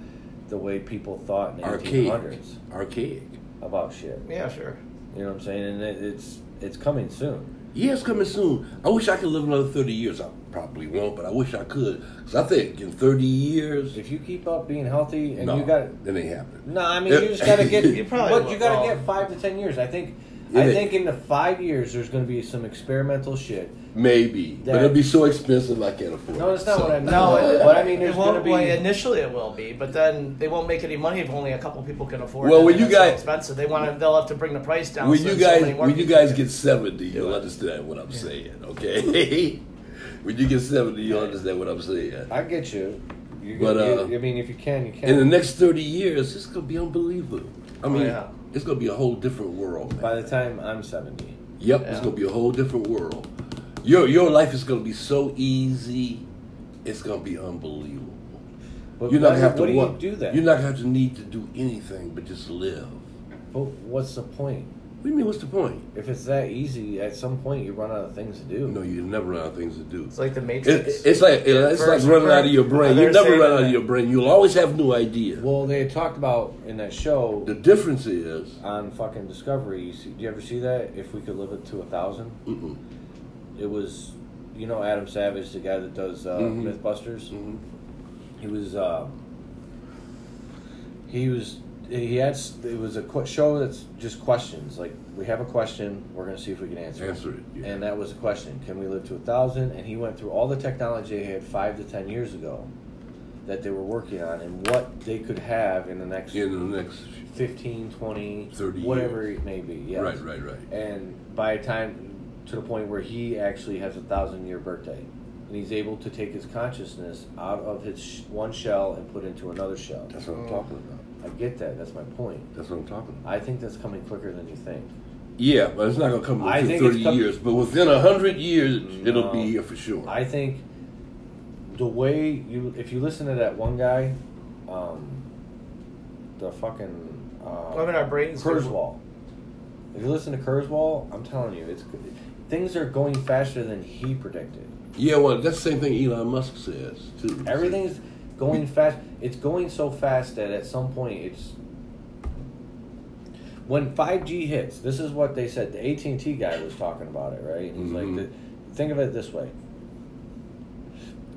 Speaker 1: the way people thought in the eighteen
Speaker 2: Archaic.
Speaker 1: hundreds
Speaker 2: Archaic.
Speaker 1: about shit.
Speaker 4: Yeah, sure.
Speaker 1: You know what I'm saying? And it, it's it's coming soon.
Speaker 2: Yeah, it's coming soon. I wish I could live another 30 years. I probably won't, but I wish I could. Because I think in 30 years,
Speaker 1: If you keep up being healthy and
Speaker 2: no,
Speaker 1: you got
Speaker 2: that ain't happening.
Speaker 1: No, I mean you just gotta get.
Speaker 4: You probably
Speaker 1: what you
Speaker 4: look
Speaker 1: gotta
Speaker 4: wrong.
Speaker 1: get five to ten years. I think.
Speaker 2: um, Yeah,
Speaker 1: I
Speaker 2: they-
Speaker 1: think in the five years there's gonna be some experimental shit.
Speaker 2: Maybe. but
Speaker 1: That-
Speaker 2: it'll be so expensive I can't afford
Speaker 1: No,
Speaker 2: it.
Speaker 1: that's not
Speaker 2: So-
Speaker 1: what I meant.
Speaker 4: No, it,
Speaker 1: but I mean there's
Speaker 4: it won't,
Speaker 1: gonna be.
Speaker 4: well, initially it will be, but then they won't make any money if only a couple people can afford
Speaker 2: Well,
Speaker 4: it.
Speaker 2: when
Speaker 4: and
Speaker 2: you
Speaker 4: it's so
Speaker 2: guys-
Speaker 4: expensive, they want to. They'll have to bring the price down.
Speaker 2: when
Speaker 4: so
Speaker 2: you
Speaker 4: that so
Speaker 2: guys
Speaker 4: many more
Speaker 2: when you
Speaker 4: people
Speaker 2: guys
Speaker 4: can-
Speaker 2: get 70 you'll understand what i'm saying okay when you get 70 you'll understand what i'm saying
Speaker 1: I get you. You're
Speaker 2: But,
Speaker 1: gonna
Speaker 2: uh,
Speaker 1: get, I mean, if you can, you can.
Speaker 2: in the next 30 years it's gonna be unbelievable i mean
Speaker 4: yeah.
Speaker 2: it's gonna be a whole different world man.
Speaker 1: Oh, By the time I'm seventy,
Speaker 2: yep it's
Speaker 4: Yeah.
Speaker 2: gonna be a whole different world your your life is gonna be so easy it's gonna be unbelievable
Speaker 1: but
Speaker 2: you're not
Speaker 1: why-
Speaker 2: gonna have to
Speaker 1: what do you
Speaker 2: want-
Speaker 1: do that?
Speaker 2: you're not gonna have to need to do anything but just live
Speaker 1: But what's the point?
Speaker 2: what do you mean what's the point
Speaker 1: If it's that easy, at some point you run out of things to do.
Speaker 2: no you never run out of things to do
Speaker 4: It's like the Matrix.
Speaker 2: It, it's like it's
Speaker 4: First-
Speaker 2: like running
Speaker 4: first-
Speaker 2: out of your brain.
Speaker 4: they're
Speaker 2: You never
Speaker 4: saying
Speaker 2: run out
Speaker 4: that-
Speaker 2: of your brain. You'll always have new ideas.
Speaker 1: Well, they had talked about in that show
Speaker 2: the difference is,
Speaker 1: on fucking Discovery. You see, do you ever see that? If we could live it to a thousand.
Speaker 2: mm-mm,
Speaker 1: mm-hmm. it was you know Adam Savage, the guy that does uh,
Speaker 2: Mhm.
Speaker 1: MythBusters.
Speaker 2: mm-mm.
Speaker 1: He was uh, he was he had s- it was a qu- show that's just questions. Like we have a question, we're gonna see if we can answer.
Speaker 2: answer it. yeah.
Speaker 1: And that was a question: Can we live to a thousand? And he went through all the technology they had five to ten years ago that they were working on and what they could have in the next
Speaker 2: in the next,
Speaker 1: 15, 20,
Speaker 2: 30
Speaker 1: whatever
Speaker 2: years.
Speaker 1: it may be. Yes
Speaker 2: right, right, right.
Speaker 1: and by the time to the point where he actually has a thousand year birthday and he's able to take his consciousness out of his sh- one shell and put into another shell
Speaker 2: That's what I'm talking about.
Speaker 1: i get that that's my point
Speaker 2: That's what I'm talking about.
Speaker 1: i think that's coming quicker than you think
Speaker 2: Yeah, but it's not gonna come
Speaker 1: I
Speaker 2: within
Speaker 1: think it's
Speaker 2: thirty
Speaker 1: com-
Speaker 2: years. But within hundred years,
Speaker 1: No.
Speaker 2: it'll be here for sure.
Speaker 1: i think the way you if you listen to that one guy um the fucking uh,
Speaker 4: Well, I mean, our brains do-
Speaker 1: kurzweil if you listen to kurzweil i'm telling you it's things are going faster than he predicted
Speaker 2: yeah, well, that's the same thing Elon Musk says too.
Speaker 1: Everything's going fast. It's going so fast that at some point it's when 5G hits. This is what they said. The AT&T guy was talking about it, right? He's
Speaker 2: Mhm.
Speaker 1: like, the, think of it this way.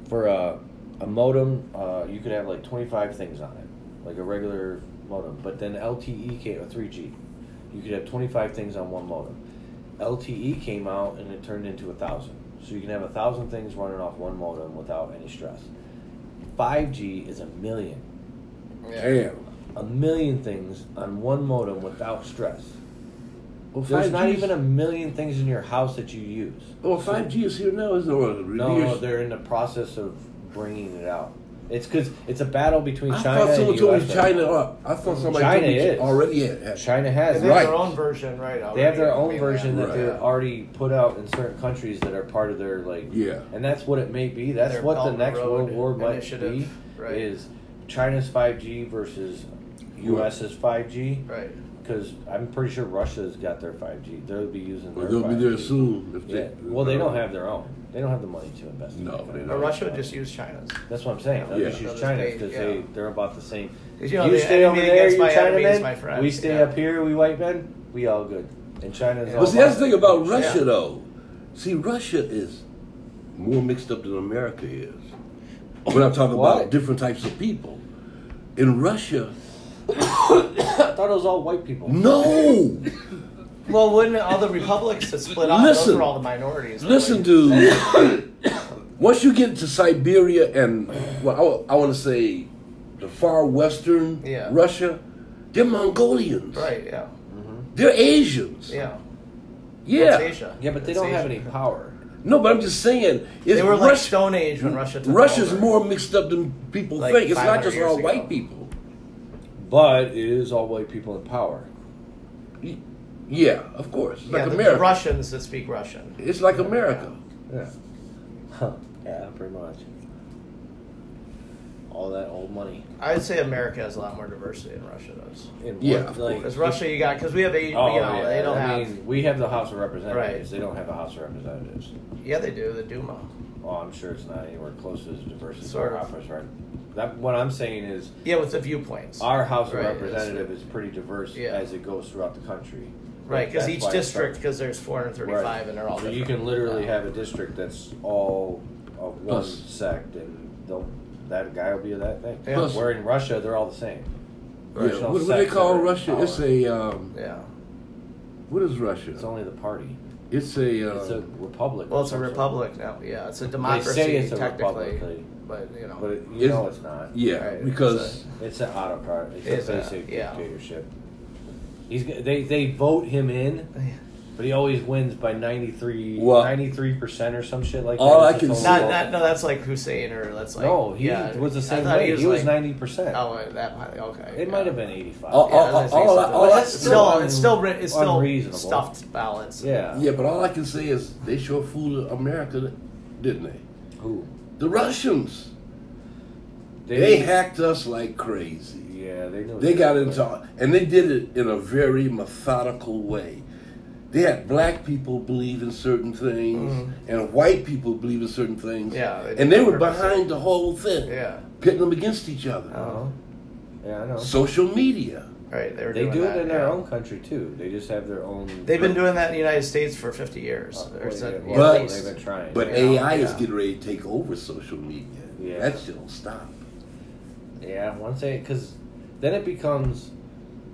Speaker 1: For a, a modem, uh, you could have like 25 things on it, like a regular modem. But then LTE came, or 3G, you could have 25 things on one modem. LTE came out and it turned into a thousand. So you can have a thousand things running off one modem without any stress. 5G is a million.
Speaker 2: Damn.
Speaker 1: A million things on one modem without stress.
Speaker 2: Well,
Speaker 1: There's not
Speaker 2: 5G
Speaker 1: even a million things in your house that you use.
Speaker 2: Oh, Well, five G is here now, isn't it?
Speaker 1: No, they're in the process of bringing it out. It's because it's a battle between
Speaker 2: I
Speaker 1: China
Speaker 2: thought
Speaker 1: and
Speaker 2: someone told
Speaker 1: US.
Speaker 2: me China uh, up. I thought somebody
Speaker 1: Mm-hmm. China
Speaker 2: told me
Speaker 1: is.
Speaker 2: already had. had.
Speaker 1: China
Speaker 4: They
Speaker 1: has
Speaker 4: have
Speaker 1: it.
Speaker 2: Right.
Speaker 4: their own version, right?
Speaker 1: They have their
Speaker 4: already.
Speaker 1: own version that
Speaker 2: Right.
Speaker 1: they're already put out in certain countries that are part of their like.
Speaker 2: Yeah.
Speaker 1: And that's what it may be. That's
Speaker 4: Their
Speaker 1: what
Speaker 4: Belt
Speaker 1: the
Speaker 4: and
Speaker 1: next World
Speaker 4: Road
Speaker 1: War might be.
Speaker 4: initiative, right.
Speaker 1: Is China's five G versus US's five G?
Speaker 4: Right.
Speaker 1: Because I'm pretty sure Russia's got their five G. They'll be using.
Speaker 2: Well,
Speaker 1: Their
Speaker 2: they'll be there
Speaker 1: 5G.
Speaker 2: soon. If
Speaker 1: Yeah.
Speaker 2: they,
Speaker 1: Well, they don't have their own. They don't have the money to invest. in
Speaker 2: No,
Speaker 1: that kind
Speaker 2: they
Speaker 1: of
Speaker 2: don't.
Speaker 4: Or
Speaker 1: stuff.
Speaker 4: Russia would just use China's.
Speaker 1: That's what I'm saying. They'll
Speaker 2: Yeah.
Speaker 1: just
Speaker 4: They'll
Speaker 1: use
Speaker 4: just
Speaker 1: China
Speaker 4: pay-
Speaker 1: because
Speaker 4: yeah.
Speaker 1: they they're about the same.
Speaker 4: 'Cause, you know,
Speaker 1: you
Speaker 4: the
Speaker 1: stay over
Speaker 4: enemy
Speaker 1: there,
Speaker 4: against
Speaker 1: you
Speaker 4: my enemy is
Speaker 1: Chinamen.
Speaker 4: my friend.
Speaker 1: We stay
Speaker 4: Yeah.
Speaker 1: up here, we white men. We all good. And China's.
Speaker 4: Yeah.
Speaker 1: all
Speaker 2: But see, that's
Speaker 1: about
Speaker 2: the thing
Speaker 1: it.
Speaker 2: about Russia,
Speaker 4: Yeah.
Speaker 2: though. See, Russia is more mixed up than America is. When I'm talking
Speaker 1: What?
Speaker 2: about different types of people. In Russia,
Speaker 1: I thought it was all white people.
Speaker 2: no!
Speaker 4: Well, wouldn't all the republics that split off?
Speaker 2: Listen.
Speaker 4: those were all the minorities.
Speaker 2: Listen,
Speaker 4: Like,
Speaker 2: dude. Once you get to Siberia and, well, I, want to say the far western
Speaker 4: Yeah.
Speaker 2: Russia, they're Mongolians.
Speaker 4: Right. Yeah.
Speaker 2: They're Asians.
Speaker 4: Yeah.
Speaker 2: Yeah.
Speaker 4: It's Asia.
Speaker 1: Yeah, but they
Speaker 4: It's
Speaker 1: don't have
Speaker 4: Asia.
Speaker 1: any power.
Speaker 2: No, but I'm just saying. It's
Speaker 4: They were like
Speaker 2: Russia,
Speaker 4: Stone Age when Russia took
Speaker 2: Russia's
Speaker 4: over.
Speaker 2: more mixed up than people
Speaker 4: Like
Speaker 2: think. It's not
Speaker 4: 500
Speaker 2: just
Speaker 4: years
Speaker 2: all
Speaker 4: ago.
Speaker 2: white people.
Speaker 1: But it is all white people in power.
Speaker 2: Y- Yeah, of course. It's
Speaker 4: yeah,
Speaker 2: like
Speaker 4: the, the
Speaker 2: America.
Speaker 4: Russians that speak Russian.
Speaker 2: It's like America.
Speaker 1: Yeah. Huh. Yeah, pretty much. All that old money.
Speaker 4: I'd say America has a lot more diversity than Russia does.
Speaker 1: In
Speaker 2: Yeah,
Speaker 1: one-
Speaker 2: of
Speaker 4: Because Russia, you got because we have eight.
Speaker 1: Oh,
Speaker 4: you know,
Speaker 1: yeah.
Speaker 4: they don't
Speaker 1: I
Speaker 4: have.
Speaker 1: mean, we have the House of Representatives. They don't have a House of Representatives.
Speaker 4: yeah, they do the Duma.
Speaker 1: Oh, I'm sure it's not anywhere close to as diverse as
Speaker 4: Sort
Speaker 1: our
Speaker 4: of.
Speaker 1: House of Rep- That what I'm saying is
Speaker 4: Yeah, with the viewpoints.
Speaker 1: our House of
Speaker 4: Right, it's-
Speaker 1: Representative is pretty diverse
Speaker 4: Yeah.
Speaker 1: as it goes throughout the country.
Speaker 4: right, because
Speaker 1: That's
Speaker 4: each
Speaker 1: why it's
Speaker 4: district,
Speaker 1: so-
Speaker 4: because there's 435,
Speaker 1: Right.
Speaker 4: and they're all.
Speaker 1: So you
Speaker 4: different.
Speaker 1: can literally
Speaker 4: Yeah.
Speaker 1: have a district that's all of one
Speaker 2: Plus-
Speaker 1: sect, and they'll, that guy will be that thing.
Speaker 4: Yeah. Plus-
Speaker 1: Where in Russia, they're all the same.
Speaker 2: Yeah,
Speaker 1: There's no
Speaker 2: What, what do they
Speaker 1: sect
Speaker 2: call
Speaker 1: or
Speaker 2: Russia?
Speaker 1: power.
Speaker 2: It's a. Um,
Speaker 4: Yeah.
Speaker 2: what is Russia?
Speaker 1: It's only the party.
Speaker 2: It's a. Um,
Speaker 1: It's a republic.
Speaker 4: Well,
Speaker 1: of
Speaker 4: it's a
Speaker 1: some sort.
Speaker 4: republic now. Yeah, it's a democracy
Speaker 1: say it's a
Speaker 4: technically,
Speaker 1: republic,
Speaker 4: but you know,
Speaker 1: but it, you
Speaker 2: It's-
Speaker 1: know it's not.
Speaker 2: yeah,
Speaker 4: Right,
Speaker 2: because
Speaker 1: It's an autocrat. It's,
Speaker 4: It's
Speaker 1: a
Speaker 4: a-
Speaker 1: basic
Speaker 4: yeah.
Speaker 1: dictatorship. He's g- they they vote him in, but he always wins by 93
Speaker 2: Well-
Speaker 1: 93 percent or some shit like
Speaker 2: All
Speaker 1: that.
Speaker 2: I
Speaker 1: It's
Speaker 2: can
Speaker 1: his
Speaker 2: see-
Speaker 1: own
Speaker 4: not,
Speaker 1: vote.
Speaker 4: not no, that's like Hussein or that's like
Speaker 1: no, he
Speaker 4: yeah,
Speaker 1: was the same
Speaker 4: I thought
Speaker 1: way. He was
Speaker 4: like-
Speaker 1: ninety percent.
Speaker 4: Oh, uh, that might okay.
Speaker 1: It
Speaker 4: yeah.
Speaker 1: might have been eighty five.
Speaker 2: All-
Speaker 4: Yeah,
Speaker 2: all-
Speaker 4: I was
Speaker 2: all-
Speaker 4: gonna say
Speaker 2: all-
Speaker 4: something.
Speaker 2: all
Speaker 4: But
Speaker 2: I-
Speaker 4: it's oh, still it's still writ- it's still
Speaker 1: Unreasonable.
Speaker 4: stuffed ballots.
Speaker 1: yeah.
Speaker 2: oh, yeah, but all I can say is they sure fooled America, didn't they?
Speaker 1: Who?
Speaker 2: The Russians. They, hacked us like crazy.
Speaker 1: Yeah, they knew.
Speaker 2: They
Speaker 1: it.
Speaker 2: got into, and they did it in a very methodical way. They had black people believe in certain things, and white people believe in certain things.
Speaker 4: Mm-hmm. Yeah, they did
Speaker 2: and they
Speaker 4: it
Speaker 2: were
Speaker 4: purposely.
Speaker 2: behind the whole thing,
Speaker 4: Yeah.
Speaker 2: pitting them against each other.
Speaker 4: Uh-huh.
Speaker 1: Yeah, I know.
Speaker 2: Social media.
Speaker 4: Right. They, were
Speaker 1: they
Speaker 4: doing
Speaker 1: do
Speaker 4: that,
Speaker 1: it in their
Speaker 4: yeah.
Speaker 1: own country too. They just have their own.
Speaker 4: They've been doing that in the United States for 50 years.
Speaker 1: Uh,
Speaker 4: or so-
Speaker 1: yeah,
Speaker 4: at
Speaker 1: well,
Speaker 2: But-
Speaker 1: they've
Speaker 4: least.
Speaker 1: been trying.
Speaker 2: But
Speaker 4: Yeah,
Speaker 2: AI is
Speaker 4: yeah.
Speaker 2: getting ready to take over social media.
Speaker 1: Yeah.
Speaker 2: That shit will stop.
Speaker 1: Yeah, once they, because then it becomes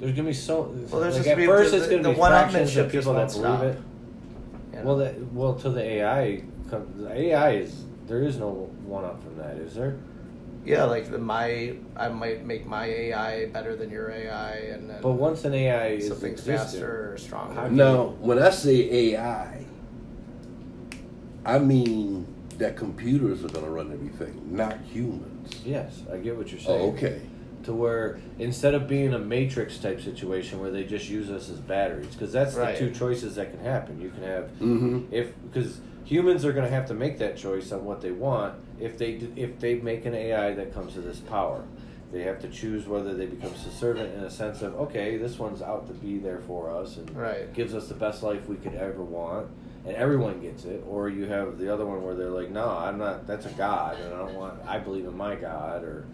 Speaker 1: there's gonna be so.
Speaker 4: Well,
Speaker 1: like
Speaker 4: there's just
Speaker 1: at
Speaker 4: gonna be-
Speaker 1: first
Speaker 4: the-
Speaker 1: it's gonna
Speaker 4: the
Speaker 1: be
Speaker 4: one-upmanship
Speaker 1: fractions of
Speaker 4: just
Speaker 1: people that
Speaker 4: won't
Speaker 1: believe
Speaker 4: stop.
Speaker 1: it.
Speaker 4: You know.
Speaker 1: Well, that well to the AI, com- the AI is there is no one up from that, is there?
Speaker 4: yeah, like the my I might make my AI better than your AI, and then
Speaker 1: But once an AI is
Speaker 4: something's
Speaker 1: existent,
Speaker 4: faster or stronger.
Speaker 1: How-
Speaker 2: Now, when I say AI, I mean that computers are going to run everything, not humans.
Speaker 1: yes, I get what you're saying.
Speaker 2: Oh, okay.
Speaker 1: To where instead of being a matrix type situation where they just use us as batteries, because that's
Speaker 4: Right.
Speaker 1: the two choices that can happen. You can have
Speaker 2: Mm-hmm.
Speaker 1: if because humans are going to have to make that choice on what they want if they do, if they make an AI that comes to this power they have to choose whether they become subservient in a sense of okay this one's out to be there for us and
Speaker 4: Right.
Speaker 1: gives us the best life we could ever want and everyone gets it or you have the other one where they're like no I'm not that's a god and I don't want I believe in my god or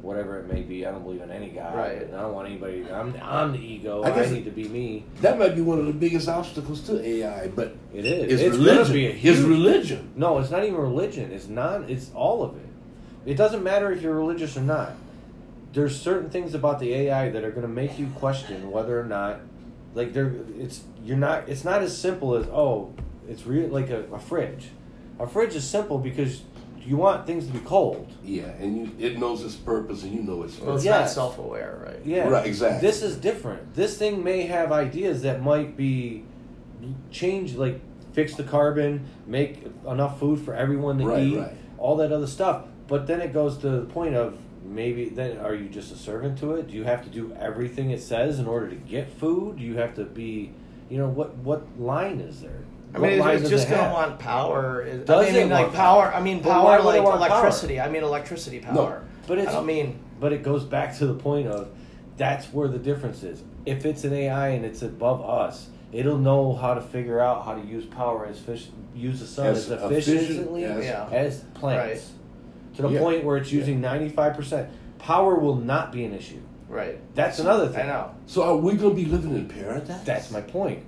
Speaker 1: whatever it may be I don't believe in any god
Speaker 4: Right.
Speaker 1: and I don't want anybody I'm I'm the ego I,
Speaker 2: I guess-
Speaker 1: need to be me
Speaker 2: That might be one of the biggest obstacles to AI, but
Speaker 1: it is
Speaker 2: it's,
Speaker 1: gonna
Speaker 2: religion.
Speaker 1: be a
Speaker 2: It's
Speaker 1: huge-
Speaker 2: religion.
Speaker 1: No, it's not even religion. It's non. It's all of it. It doesn't matter if you're religious or not. There's certain things about the AI that are going to make you question whether or not, like, there. It's you're not. It's not as simple as oh, it's real like a, a fridge. A fridge is simple because you want things to be cold.
Speaker 2: Yeah, and you, it knows its purpose, and you know its
Speaker 4: well,
Speaker 2: purpose.
Speaker 4: it's not
Speaker 1: Yes.
Speaker 4: self-aware, right?
Speaker 1: Yeah.
Speaker 2: Right, exactly.
Speaker 1: This is different. This thing may have ideas that might be change like fix the carbon, make enough food for everyone to
Speaker 2: Right,
Speaker 1: eat,
Speaker 2: right.
Speaker 1: all that other stuff. But then it goes to the point of maybe then are you just a servant to it? Do you have to do everything it says in order to get food? Do you have to be, you know, what what line is there?
Speaker 4: I
Speaker 1: What
Speaker 4: mean,
Speaker 1: line
Speaker 4: it's, it's
Speaker 1: does
Speaker 4: just
Speaker 1: it
Speaker 4: gonna
Speaker 1: have?
Speaker 4: want power. I
Speaker 1: Does
Speaker 4: mean,
Speaker 1: it
Speaker 4: like
Speaker 1: want
Speaker 4: power?
Speaker 1: power?
Speaker 4: I mean,
Speaker 1: But why
Speaker 4: power
Speaker 1: would it
Speaker 4: like
Speaker 1: want power?
Speaker 4: electricity. I mean, electricity power.
Speaker 1: but it's-
Speaker 4: I don't mean.
Speaker 1: But it goes back to the point of that's where the difference is. If it's an AI and it's above us, it'll know how to figure out how to use power as fish, use the sun
Speaker 2: As
Speaker 1: as,
Speaker 2: efficient
Speaker 1: efficiently
Speaker 2: as-
Speaker 1: as,
Speaker 4: Yeah.
Speaker 1: plants. To the
Speaker 2: Yeah.
Speaker 1: point where it's
Speaker 2: Yeah.
Speaker 1: using ninety five percent. Power will not be an issue.
Speaker 4: Right.
Speaker 1: That's another
Speaker 4: I
Speaker 1: thing.
Speaker 4: know.
Speaker 2: So are we going to be living in paradise?
Speaker 1: That's my point.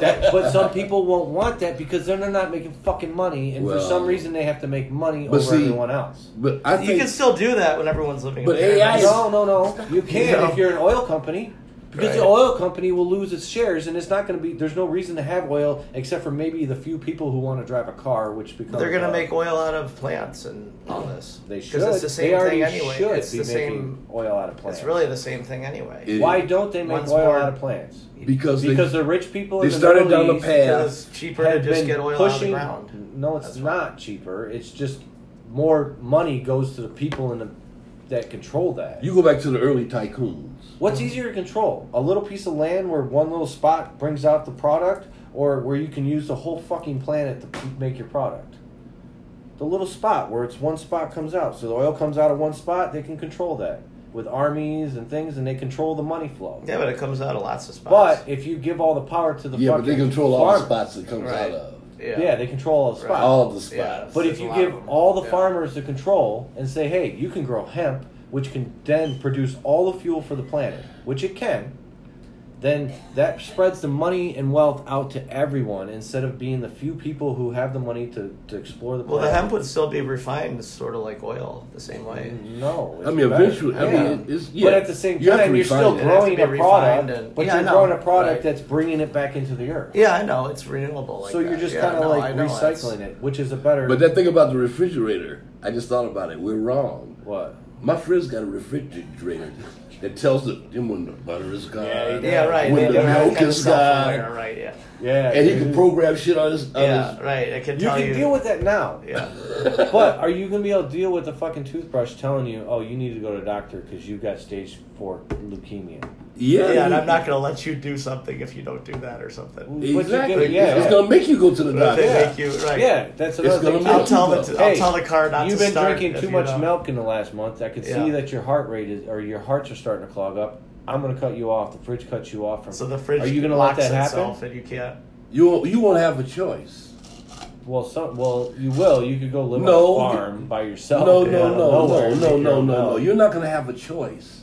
Speaker 1: That, but some people won't want that because then they're not making fucking money, and
Speaker 2: Well-
Speaker 1: for some reason they have to make money
Speaker 2: But
Speaker 1: over
Speaker 2: see-
Speaker 1: everyone else.
Speaker 2: But I
Speaker 4: You
Speaker 2: think
Speaker 4: can still do that when everyone's living.
Speaker 2: But
Speaker 4: in a
Speaker 2: AI
Speaker 4: paradise.
Speaker 2: is-
Speaker 1: No, no, no. You can
Speaker 4: No.
Speaker 1: if you're an oil company. Because the
Speaker 2: Right.
Speaker 1: oil company will lose its shares, and it's not going to be. There's no reason to have oil except for maybe the few people who want to drive a car, which becomes.
Speaker 4: They're
Speaker 1: uh,
Speaker 4: gonna make oil out of plants and all this.
Speaker 1: They
Speaker 4: 'Cause
Speaker 1: should.
Speaker 4: It's the same
Speaker 1: they already
Speaker 4: thing anyway.
Speaker 1: should
Speaker 4: it's
Speaker 1: be
Speaker 4: the
Speaker 1: making
Speaker 4: same.
Speaker 1: oil out of plants.
Speaker 4: It's really the same thing anyway.
Speaker 2: It-
Speaker 1: Why don't they make
Speaker 4: One's
Speaker 1: oil
Speaker 4: more-
Speaker 1: out of plants?
Speaker 2: because
Speaker 1: Because
Speaker 2: they,
Speaker 1: the rich people.
Speaker 2: they
Speaker 1: in the
Speaker 2: started
Speaker 1: Middle
Speaker 2: down the
Speaker 1: East
Speaker 2: path.
Speaker 4: Because it's cheaper to
Speaker 1: have
Speaker 4: just
Speaker 1: been
Speaker 4: get oil
Speaker 1: pushing,
Speaker 4: out of the ground.
Speaker 1: No, it's
Speaker 4: That's why.
Speaker 1: not cheaper. It's just more money goes to the people in the that control that.
Speaker 2: you go back to the early tycoons.
Speaker 1: What's easier to control? A little piece of land where one little spot brings out the product, or where you can use the whole fucking planet to p- make your product? The little spot where it's one spot comes out. So the oil comes out of one spot, they can control that with armies and things, and they control the money flow.
Speaker 4: Yeah, but it comes out of lots of spots.
Speaker 1: But if you give all the power to the
Speaker 2: yeah, but they
Speaker 1: fucking
Speaker 2: control all the
Speaker 1: farmer-
Speaker 2: spots it comes out
Speaker 4: Right.
Speaker 2: of.
Speaker 4: yeah,
Speaker 1: Yeah. they control all the
Speaker 4: Right.
Speaker 1: spots.
Speaker 2: All the spots.
Speaker 4: Yeah.
Speaker 1: But
Speaker 4: There's
Speaker 1: if
Speaker 4: a
Speaker 1: you
Speaker 4: lot of
Speaker 1: give
Speaker 4: them.
Speaker 1: all the
Speaker 4: Yeah.
Speaker 1: farmers the control and say, hey, you can grow hemp, which can then produce all the fuel for the planet, which it can, then that spreads the money and wealth out to everyone instead of being the few people who have the money to, to explore the
Speaker 4: Well,
Speaker 1: planet.
Speaker 4: the hemp would still be refined, sort of like oil, the same way.
Speaker 1: Mm-hmm. No, it's
Speaker 2: I mean,
Speaker 1: better.
Speaker 2: eventually- I
Speaker 4: mean,
Speaker 2: it's-
Speaker 1: But
Speaker 2: yeah,
Speaker 1: at the same
Speaker 2: you have to
Speaker 1: time, you're
Speaker 2: refine
Speaker 1: still
Speaker 2: it.
Speaker 4: It has to
Speaker 1: growing
Speaker 4: be
Speaker 1: a product,
Speaker 4: refined and-
Speaker 1: but
Speaker 4: Yeah, I
Speaker 1: you're
Speaker 4: know.
Speaker 1: growing a product
Speaker 4: Right.
Speaker 1: that's bringing it back into the earth.
Speaker 4: Yeah, I know it's renewable. Like
Speaker 1: so you're
Speaker 4: that.
Speaker 1: just
Speaker 4: Yeah,
Speaker 1: kind of
Speaker 4: no, I
Speaker 1: like
Speaker 4: know, it's-
Speaker 1: recycling it, which is a better.
Speaker 2: But that thing about the refrigerator, I just thought about it. We're wrong.
Speaker 1: what?
Speaker 2: My friend's got a refrigerator that tells the- him when the butter is gone.
Speaker 1: Yeah, he
Speaker 4: Yeah, right.
Speaker 2: When
Speaker 4: they
Speaker 2: the
Speaker 4: do have
Speaker 2: milk
Speaker 4: kind of
Speaker 2: is
Speaker 4: self-aware,
Speaker 2: gone.
Speaker 4: Right. Yeah.
Speaker 1: Yeah,
Speaker 2: And he
Speaker 1: dude.
Speaker 2: can program shit on his. On
Speaker 4: Yeah.
Speaker 2: his
Speaker 4: Right. It can
Speaker 1: You
Speaker 4: tell
Speaker 1: can
Speaker 4: Oh, you.
Speaker 1: deal with that now.
Speaker 4: Yeah.
Speaker 1: But are you gonna be able to deal with a fucking toothbrush telling you, "Oh, you need to go to a doctor because you've got stage four leukemia"?
Speaker 2: yeah,
Speaker 4: Yeah, and
Speaker 2: he-
Speaker 4: I'm not gonna let you do something if you don't do that or something.
Speaker 1: But you
Speaker 2: Exactly.
Speaker 1: get- yeah.
Speaker 2: It's going to make you go to the
Speaker 4: But
Speaker 2: doctor.
Speaker 4: if they
Speaker 1: Yeah.
Speaker 4: make you right.
Speaker 1: Yeah, that's another
Speaker 2: gonna
Speaker 1: thing.
Speaker 2: make
Speaker 4: I'll
Speaker 1: too.
Speaker 4: tell the I'll
Speaker 1: Hey,
Speaker 4: tell the car not
Speaker 1: You've
Speaker 4: to
Speaker 1: been
Speaker 4: start.
Speaker 1: drinking
Speaker 4: if
Speaker 1: too
Speaker 4: you
Speaker 1: much
Speaker 4: don't.
Speaker 1: milk in the last month. I could
Speaker 4: Yeah.
Speaker 1: see that your heart rate is, or your hearts are starting to clog up. I'm gonna cut you off. The fridge cuts you off from.
Speaker 4: So the fridge
Speaker 1: Are you gonna let
Speaker 4: locks
Speaker 1: that
Speaker 4: itself
Speaker 1: happen?
Speaker 4: and you can't.
Speaker 2: You, won't- you won't have a choice.
Speaker 1: Well, some. Well, you will. You could go live
Speaker 2: No.
Speaker 1: on a farm by yourself.
Speaker 2: no,
Speaker 1: in the
Speaker 2: no,
Speaker 1: middle of
Speaker 2: no,
Speaker 1: nowhere
Speaker 2: no,
Speaker 1: and
Speaker 2: no,
Speaker 1: make your
Speaker 2: no, no,
Speaker 1: own
Speaker 2: no.
Speaker 1: milk.
Speaker 2: You're not going to have a choice.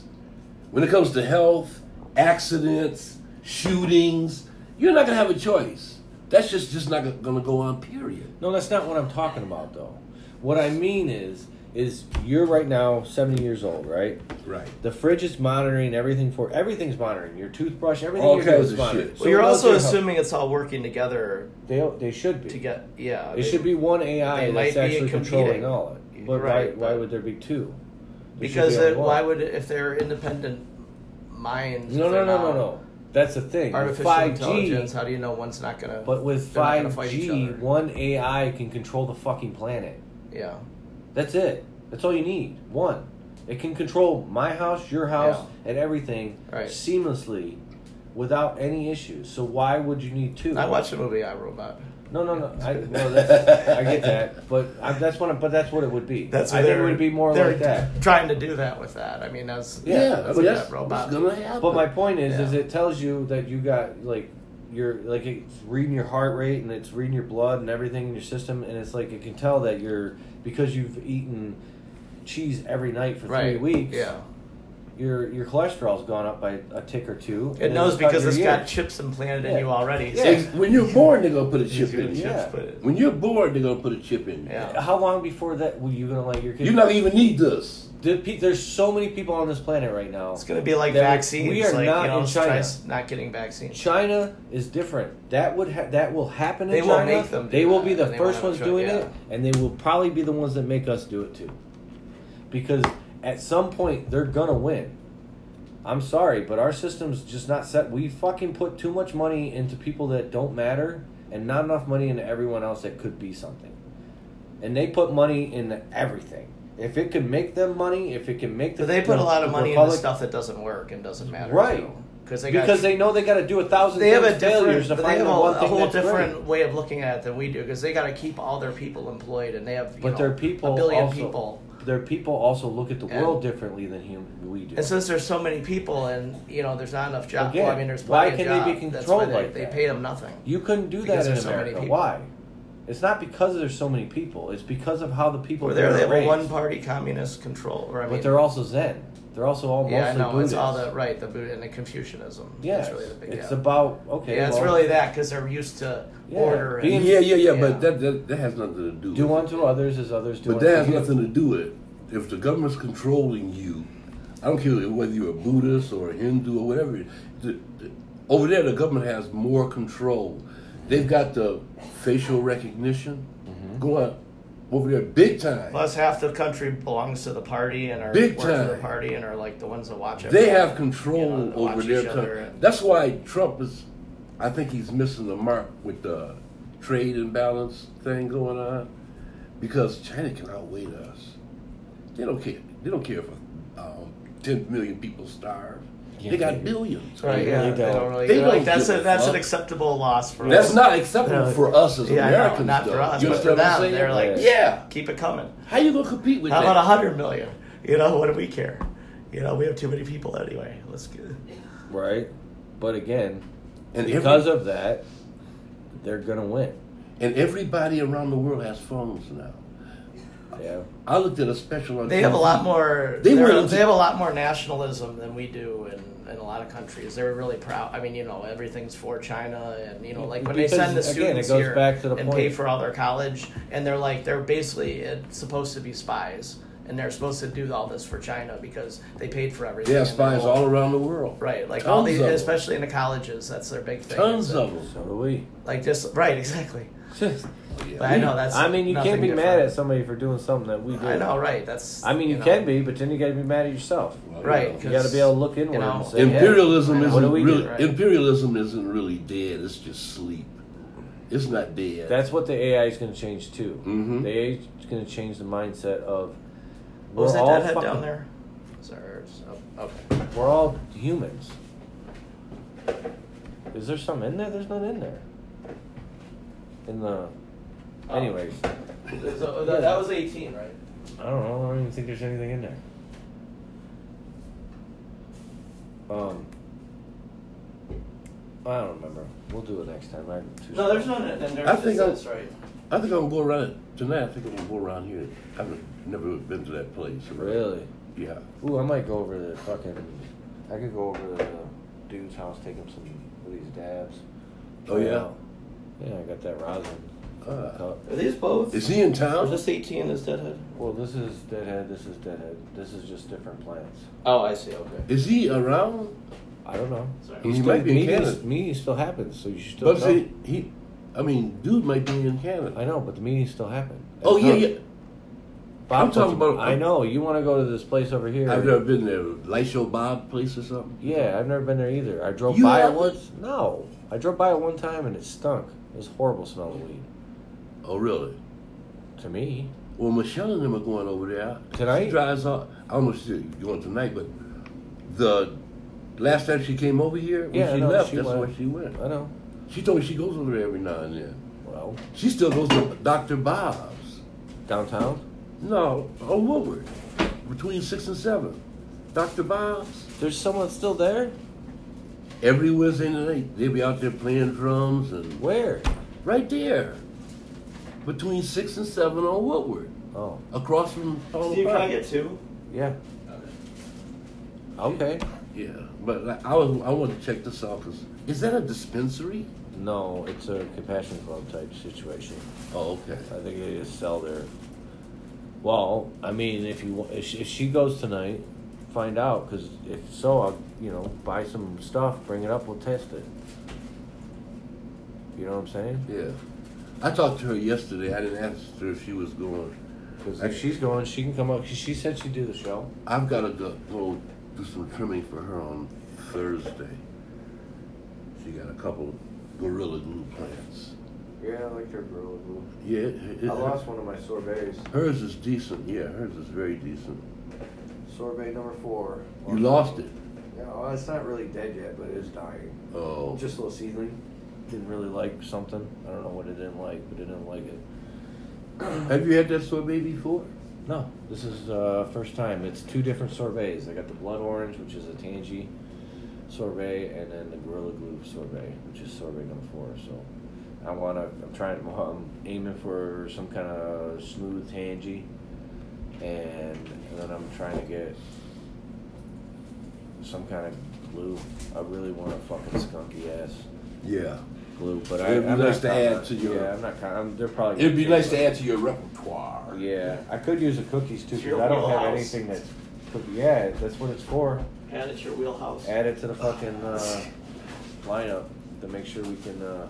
Speaker 2: When it comes to health, accidents, shootings, you're not going to have a choice. That's just, just not going to go on, period.
Speaker 1: No, that's not what I'm talking about, though. What I mean is, is you're right now 70 years old, right?
Speaker 2: Right.
Speaker 1: The fridge is monitoring everything for everything's monitoring your toothbrush, everything.
Speaker 2: All
Speaker 1: you're
Speaker 2: kinds
Speaker 1: doing is
Speaker 2: of
Speaker 1: monitored.
Speaker 2: shit.
Speaker 1: So
Speaker 4: Well, you're
Speaker 1: it knows
Speaker 4: also
Speaker 1: your health.
Speaker 4: assuming it's all working together
Speaker 1: they they should be.
Speaker 4: to get. Yeah.
Speaker 1: it
Speaker 4: they-
Speaker 1: should be one AI
Speaker 4: they
Speaker 1: that's
Speaker 4: might be
Speaker 1: actually
Speaker 4: competing.
Speaker 1: controlling all it. But
Speaker 4: Right,
Speaker 1: why, why
Speaker 4: but-
Speaker 1: would there be two? There should
Speaker 4: because
Speaker 1: be only
Speaker 4: it,
Speaker 1: one.
Speaker 4: why would if they're independent minds?
Speaker 1: No,
Speaker 4: if
Speaker 1: no,
Speaker 4: they're
Speaker 1: no, no,
Speaker 4: not
Speaker 1: no. That's the thing.
Speaker 4: Artificial
Speaker 1: Five
Speaker 4: intelligence.
Speaker 1: G.
Speaker 4: How do you know one's not gonna?
Speaker 1: But with
Speaker 4: they're not gonna
Speaker 1: five
Speaker 4: fight each
Speaker 1: G,
Speaker 4: other.
Speaker 1: one AI can control the fucking planet.
Speaker 4: Yeah.
Speaker 1: That's it. That's all you need. One. It can control my house, your house, and everything
Speaker 4: Right.
Speaker 1: seamlessly without any issues. So why would you need two?
Speaker 4: I watched the movie I Robot.
Speaker 1: No, no, no. I, no that's, I get that, but I, that's what. I, but that's what it would be.
Speaker 4: That's
Speaker 1: I
Speaker 4: what
Speaker 1: think it
Speaker 4: they're-
Speaker 1: would be more
Speaker 4: they're
Speaker 1: like that.
Speaker 4: Trying to do that with that. I mean, that's
Speaker 1: Yeah,
Speaker 2: Yeah,
Speaker 4: that's
Speaker 2: but
Speaker 4: what
Speaker 2: that's
Speaker 4: that robot.
Speaker 2: what's going to happen.
Speaker 1: But my point is, is
Speaker 4: Yeah.
Speaker 1: it tells you that you got like you're like it's reading your heart rate and it's reading your blood and everything in your system, and it's like it can tell that you're because you've eaten cheese every night for three
Speaker 4: right.
Speaker 1: weeks.
Speaker 4: Yeah.
Speaker 1: your your cholesterol's gone up by a tick or two.
Speaker 4: It knows because it's
Speaker 1: it's
Speaker 4: got chips implanted in
Speaker 1: Yeah.
Speaker 4: you already. so
Speaker 1: Yeah.
Speaker 2: Ex- when you're born, they're gonna put a
Speaker 4: it's
Speaker 2: chip
Speaker 4: gonna
Speaker 2: in
Speaker 4: chips
Speaker 2: you.
Speaker 1: Yeah.
Speaker 4: put it-
Speaker 2: When you're born, they're gonna put a chip in you.
Speaker 4: Yeah.
Speaker 1: How long before that were you gonna let your kid?
Speaker 2: You're not gonna even need this.
Speaker 1: The pe- there's so many people on this planet right now.
Speaker 4: It's gonna be like
Speaker 1: That we-
Speaker 4: vaccines.
Speaker 1: we are
Speaker 4: like,
Speaker 1: not
Speaker 4: you know,
Speaker 1: in China.
Speaker 4: try s- Not getting vaccines.
Speaker 1: China is different. That would ha- that will happen in
Speaker 4: They will
Speaker 1: China.
Speaker 4: make them do
Speaker 1: they will
Speaker 4: that,
Speaker 1: be the
Speaker 4: and they won't
Speaker 1: first
Speaker 4: have a
Speaker 1: ones
Speaker 4: choice,
Speaker 1: doing
Speaker 4: yeah.
Speaker 1: it, and they will probably be the ones that make us do it too. Because at some point they're gonna win. I'm sorry, but our system's just not set. We fucking put too much money into people that don't matter, and not enough money into everyone else that could be something. And they put money into everything. If it can make them money, if it can make the
Speaker 4: But they put a lot of
Speaker 1: the
Speaker 4: money into
Speaker 1: Republic-
Speaker 4: stuff that doesn't work and doesn't matter.
Speaker 1: Right.
Speaker 4: Because they got
Speaker 1: because they know they got to do a thousand.
Speaker 4: they have a
Speaker 1: things failures
Speaker 4: different,
Speaker 1: to
Speaker 4: but
Speaker 1: find
Speaker 4: they have a,
Speaker 1: the one
Speaker 4: a
Speaker 1: thing
Speaker 4: whole
Speaker 1: that's
Speaker 4: different
Speaker 1: right.
Speaker 4: way of looking at it than we do because they got to keep all their people employed and they have you
Speaker 1: But
Speaker 4: know,
Speaker 1: their people
Speaker 4: a billion
Speaker 1: also,
Speaker 4: people.
Speaker 1: Their people also look at the
Speaker 4: And-
Speaker 1: world differently than human we do.
Speaker 4: And since there's so many people and you know there's not enough jobs,
Speaker 1: Again,
Speaker 4: well, I mean there's
Speaker 1: why
Speaker 4: plenty
Speaker 1: can
Speaker 4: of
Speaker 1: they be
Speaker 4: jobs. That's
Speaker 1: controlled
Speaker 4: why they,
Speaker 1: like
Speaker 4: they
Speaker 1: that?
Speaker 4: pay them nothing.
Speaker 1: You couldn't do
Speaker 4: Because
Speaker 1: that in
Speaker 4: there's so many
Speaker 1: America.
Speaker 4: people.
Speaker 1: Why? It's not because there's so many people. It's because of how the people
Speaker 4: Or they're they have
Speaker 1: raised.
Speaker 4: a one party communist control. Or I mean,
Speaker 1: But they're also Zen. They're also all mostly
Speaker 4: yeah, I know
Speaker 1: Buddhist.
Speaker 4: it's all the right the Buddha and the Confucianism.
Speaker 1: Yes,
Speaker 4: that's really the big
Speaker 1: it's
Speaker 4: yeah.
Speaker 1: about okay.
Speaker 4: yeah, it's
Speaker 1: well,
Speaker 4: really that because they're used to
Speaker 1: Yeah,
Speaker 4: order and
Speaker 1: being-
Speaker 2: Yeah, yeah, yeah,
Speaker 4: Yeah.
Speaker 2: but that, that that has nothing to do.
Speaker 1: do
Speaker 2: with it.
Speaker 1: unto others as others do.
Speaker 2: But
Speaker 1: unto
Speaker 2: that has
Speaker 1: you.
Speaker 2: nothing to do with it. If the government's controlling you, I don't care whether you're a Buddhist or a Hindu or whatever. The, the- over there, the government has more control. They've got the facial recognition going over there big time.
Speaker 4: Plus, half the country belongs to the party and are
Speaker 2: Big
Speaker 4: work for the
Speaker 2: time.
Speaker 4: party and are like the ones that watch it.
Speaker 2: they have control
Speaker 4: You know,
Speaker 2: over
Speaker 4: watch
Speaker 2: their
Speaker 4: each other
Speaker 2: country.
Speaker 4: and-
Speaker 2: That's why Trump is. I think he's missing the mark with the trade imbalance thing going on, because China can outweigh us. They don't care. They don't care if um, ten million people starve.
Speaker 1: Yeah,
Speaker 2: they got
Speaker 1: they-
Speaker 2: billions.
Speaker 4: Right, yeah,
Speaker 1: They
Speaker 4: they don't
Speaker 1: don't.
Speaker 4: really.
Speaker 2: They
Speaker 4: they're like
Speaker 2: don't
Speaker 4: that's
Speaker 2: give
Speaker 4: a
Speaker 2: a
Speaker 4: that's an
Speaker 2: fuck.
Speaker 4: acceptable loss for
Speaker 2: That's
Speaker 4: us.
Speaker 2: not acceptable
Speaker 4: Yeah.
Speaker 2: for us as
Speaker 4: Uh, Yeah, I know,
Speaker 2: Americans,
Speaker 4: not
Speaker 2: though.
Speaker 4: for us,
Speaker 2: You
Speaker 4: but for
Speaker 2: understand what I'm
Speaker 4: them.
Speaker 2: saying?
Speaker 4: They're like,
Speaker 2: yeah.
Speaker 4: keep it coming.
Speaker 2: How you gonna compete with
Speaker 4: How
Speaker 2: that?
Speaker 4: about a hundred million? You know, what do we care? You know, we have too many people anyway. Let's get.
Speaker 1: right. But again,
Speaker 2: and
Speaker 1: because
Speaker 2: every,
Speaker 1: of that, they're gonna win.
Speaker 2: and everybody around the world has phones now.
Speaker 1: Yeah.
Speaker 2: I looked at a special on.
Speaker 4: They have a
Speaker 2: TV.
Speaker 4: lot more.
Speaker 2: They
Speaker 4: They,
Speaker 2: were-
Speaker 4: they have a lot more nationalism than we do in, in a lot of countries. They're really proud. I mean, you know, everything's for China, and you know, like when they
Speaker 1: Because,
Speaker 4: send the
Speaker 1: again, it
Speaker 4: students
Speaker 1: goes
Speaker 4: here
Speaker 1: back to the
Speaker 4: and
Speaker 1: point.
Speaker 4: pay for all their college, and they're like they're basically it's supposed to be spies, and they're supposed to do all this for China because they paid for everything.
Speaker 2: They have
Speaker 4: and they're
Speaker 2: spies
Speaker 4: all-
Speaker 2: all around the world.
Speaker 4: Right, like all
Speaker 2: Tons
Speaker 4: these,
Speaker 2: of 'em.
Speaker 4: especially in the colleges, that's their big thing.
Speaker 2: Tons
Speaker 4: is that-
Speaker 2: of them.
Speaker 1: So do we.
Speaker 4: Like just right, exactly. But I know that's.
Speaker 1: I mean, you can't
Speaker 4: nothing
Speaker 1: be mad
Speaker 4: different.
Speaker 1: at somebody for doing something that we do.
Speaker 4: I know, right? That's.
Speaker 1: I mean, you,
Speaker 4: know,
Speaker 1: can be, but then you got to be mad at yourself.
Speaker 4: Right,
Speaker 1: You
Speaker 4: 'cause-
Speaker 1: got to be able to look inward
Speaker 4: know.
Speaker 1: and say,
Speaker 2: imperialism
Speaker 4: Yeah. What
Speaker 2: isn't
Speaker 1: do we do,
Speaker 2: really
Speaker 4: right?
Speaker 2: imperialism isn't really dead. It's just sleep. It's not dead.
Speaker 1: That's what the AI is going to change too.
Speaker 2: Mhm.
Speaker 1: The AI is going to change the mindset of
Speaker 4: What was
Speaker 1: we're
Speaker 4: that
Speaker 1: all
Speaker 4: dead head
Speaker 1: fucking-
Speaker 4: down there? Sorry. Oh, okay.
Speaker 1: We're all humans. Is there something in there? There's none in there. In the,
Speaker 4: Oh.
Speaker 1: anyways,
Speaker 4: So uh, that, that was 18, right?
Speaker 1: I don't know. I don't even think there's anything in there. Um, I don't remember. We'll do it next time. I'm too
Speaker 4: No, there's none. And there's
Speaker 2: I think
Speaker 4: this,
Speaker 2: I-
Speaker 4: this, right.
Speaker 2: I think I'm gonna go around it tonight. I think I'm gonna go around here. I've never been to that place.
Speaker 1: Really?
Speaker 2: Yeah.
Speaker 1: Ooh, I might go over to the fucking. I could go over to the dude's house, take him some of these dabs.
Speaker 2: Oh,
Speaker 1: Try it
Speaker 2: yeah?
Speaker 1: out. Yeah, I got that rosin.
Speaker 2: Ah.
Speaker 1: cup.
Speaker 4: Are these both?
Speaker 2: Is he in
Speaker 4: Or
Speaker 2: town?
Speaker 4: this 18 is deadhead?
Speaker 1: Well, this is deadhead. This is deadhead. This is just different plants.
Speaker 4: Oh, I see. Okay.
Speaker 2: Is he around?
Speaker 1: I don't know.
Speaker 4: Sorry.
Speaker 2: He might be in
Speaker 1: meeting-
Speaker 2: Canada.
Speaker 1: Meeting still happens, so you should still.
Speaker 2: But
Speaker 1: go.
Speaker 2: see, he, I mean, dude might be in Canada.
Speaker 1: I know, but the meetings still happen.
Speaker 2: Oh
Speaker 1: That's
Speaker 2: yeah,
Speaker 1: not-
Speaker 2: yeah.
Speaker 1: Bob
Speaker 2: I'm talking
Speaker 1: puts-
Speaker 2: about- uh,
Speaker 1: I know you want to go to this place over here.
Speaker 2: I've never been there. Light Show Bob place or something.
Speaker 1: Yeah, I've never been there either. I drove
Speaker 2: You
Speaker 1: by it
Speaker 2: haven't?
Speaker 1: once. No, I drove by it one time and it stunk. It was horrible smell of weed
Speaker 2: Oh really?
Speaker 1: to me.
Speaker 2: Well, Michelle and them are going over there.
Speaker 1: Tonight?
Speaker 2: She drives off. I don't know if she's going tonight, but the last time she came over here, when
Speaker 1: Yeah, I
Speaker 2: she
Speaker 1: know,
Speaker 2: left,
Speaker 1: she
Speaker 2: that's
Speaker 1: went.
Speaker 2: where she went.
Speaker 1: I know.
Speaker 2: She told me she goes over there every now and then.
Speaker 1: Well,
Speaker 2: She still goes to Dr. Bob's.
Speaker 1: downtown,
Speaker 2: No, on Woodward, between 6 and 7. Dr. Bob's.
Speaker 1: there's someone still there.
Speaker 2: Every Wednesday night, they be out there playing drums and
Speaker 1: Where?
Speaker 2: right there. Between 6 and 7 on Woodward,
Speaker 1: Oh,
Speaker 2: across from Paul
Speaker 4: Steve, can I
Speaker 2: Park.
Speaker 4: get two?
Speaker 1: yeah. Okay.
Speaker 2: Yeah, but like, I was I want to check this out because is that a dispensary?
Speaker 1: No, it's a compassion club type situation.
Speaker 2: Oh, okay.
Speaker 1: I think they just sell their. Well, I mean, if you wa- if she, if she goes tonight, find out because if so, I'll you know buy some stuff, bring it up, we'll test it. You know what I'm saying?
Speaker 2: Yeah, I talked to her yesterday. I didn't ask her if she was going.
Speaker 1: Because if she's going, she can come up. She- She said she'd do the show.
Speaker 2: I've got to go, go do some trimming for her on Thursday. She got a couple of gorilla glue plants.
Speaker 1: Yeah, I like their Gorilla Glue.
Speaker 2: Yeah, it-
Speaker 1: I
Speaker 2: it-
Speaker 1: lost one of my sorbets.
Speaker 2: Hers is decent. Yeah, hers is very decent.
Speaker 1: Sorbet number four.
Speaker 2: You lost it.
Speaker 1: Yeah, well, it's not really dead yet, but it is dying.
Speaker 2: Oh,
Speaker 1: Just a little seedling. Didn't really like something. I don't know what it didn't like, but it didn't like it.
Speaker 2: have you had that sorbet before?
Speaker 1: No, this is uh, first time. It's two different sorbets. I got the blood orange, which is a tangy sorbet, and then the gorilla glue sorbet, which is sorbet number four. So I want to. I'm trying. I'm aiming for some kind of smooth tangy, and, and then I'm trying to get some kind of glue. I really want a fucking skunky ass
Speaker 2: Yeah.
Speaker 1: glue, but I,
Speaker 2: It'd be
Speaker 1: I'm
Speaker 2: nice
Speaker 1: not
Speaker 2: to add
Speaker 1: confident.
Speaker 2: to your-
Speaker 1: Yeah, I'm not. con- I'm, they're probably.
Speaker 2: It'd be nice to add to your repertoire.
Speaker 1: Yeah, I could use the cookies too
Speaker 5: It's
Speaker 1: because
Speaker 5: your
Speaker 1: I don't have
Speaker 5: wheelhouse.
Speaker 1: anything that's cookie. Yeah, that's what it's for.
Speaker 5: And it's your wheelhouse.
Speaker 1: Add it to the fucking uh, lineup to make sure we can uh,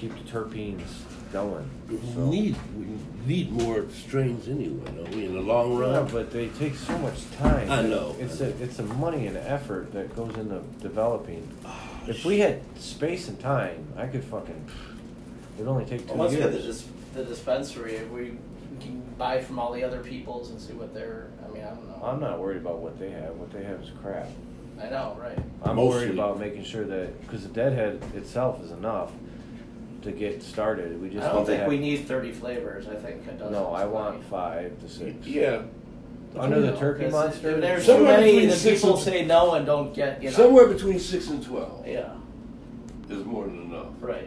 Speaker 1: keep the terpenes going.
Speaker 2: We
Speaker 1: So-
Speaker 2: need we need more strains anyway. Don't we? In the long
Speaker 1: Yeah,
Speaker 2: run,
Speaker 1: but they take so much time.
Speaker 2: I know.
Speaker 1: It's a it's a money and effort that goes into developing. If we had space and time, I could fucking. It'd only take two
Speaker 4: Once we
Speaker 1: years.
Speaker 4: have the, dis- the dispensary, if we we can buy from all the other peoples and see what they're. I mean, I don't know.
Speaker 1: I'm not worried about what they have. What they have is crap.
Speaker 4: I know, right?
Speaker 1: I'm worried
Speaker 2: Mostly.
Speaker 1: about making sure that because the deadhead itself is enough to get started. We just
Speaker 4: I
Speaker 1: need
Speaker 4: don't
Speaker 1: to
Speaker 4: think
Speaker 1: have-
Speaker 4: we need 30 flavors. I think a dozen.
Speaker 1: No,
Speaker 4: is
Speaker 1: I want
Speaker 4: plenty.
Speaker 1: five to six.
Speaker 2: yeah,
Speaker 1: Under the
Speaker 4: No,
Speaker 1: turkey
Speaker 4: 'cause
Speaker 1: monster.
Speaker 4: if There's too
Speaker 2: Somewhere
Speaker 4: many
Speaker 2: between
Speaker 4: that
Speaker 2: six
Speaker 4: people
Speaker 2: and-
Speaker 4: say no and don't get. You know.
Speaker 2: somewhere between six and twelve
Speaker 4: Yeah.
Speaker 2: is more than enough.
Speaker 4: Right.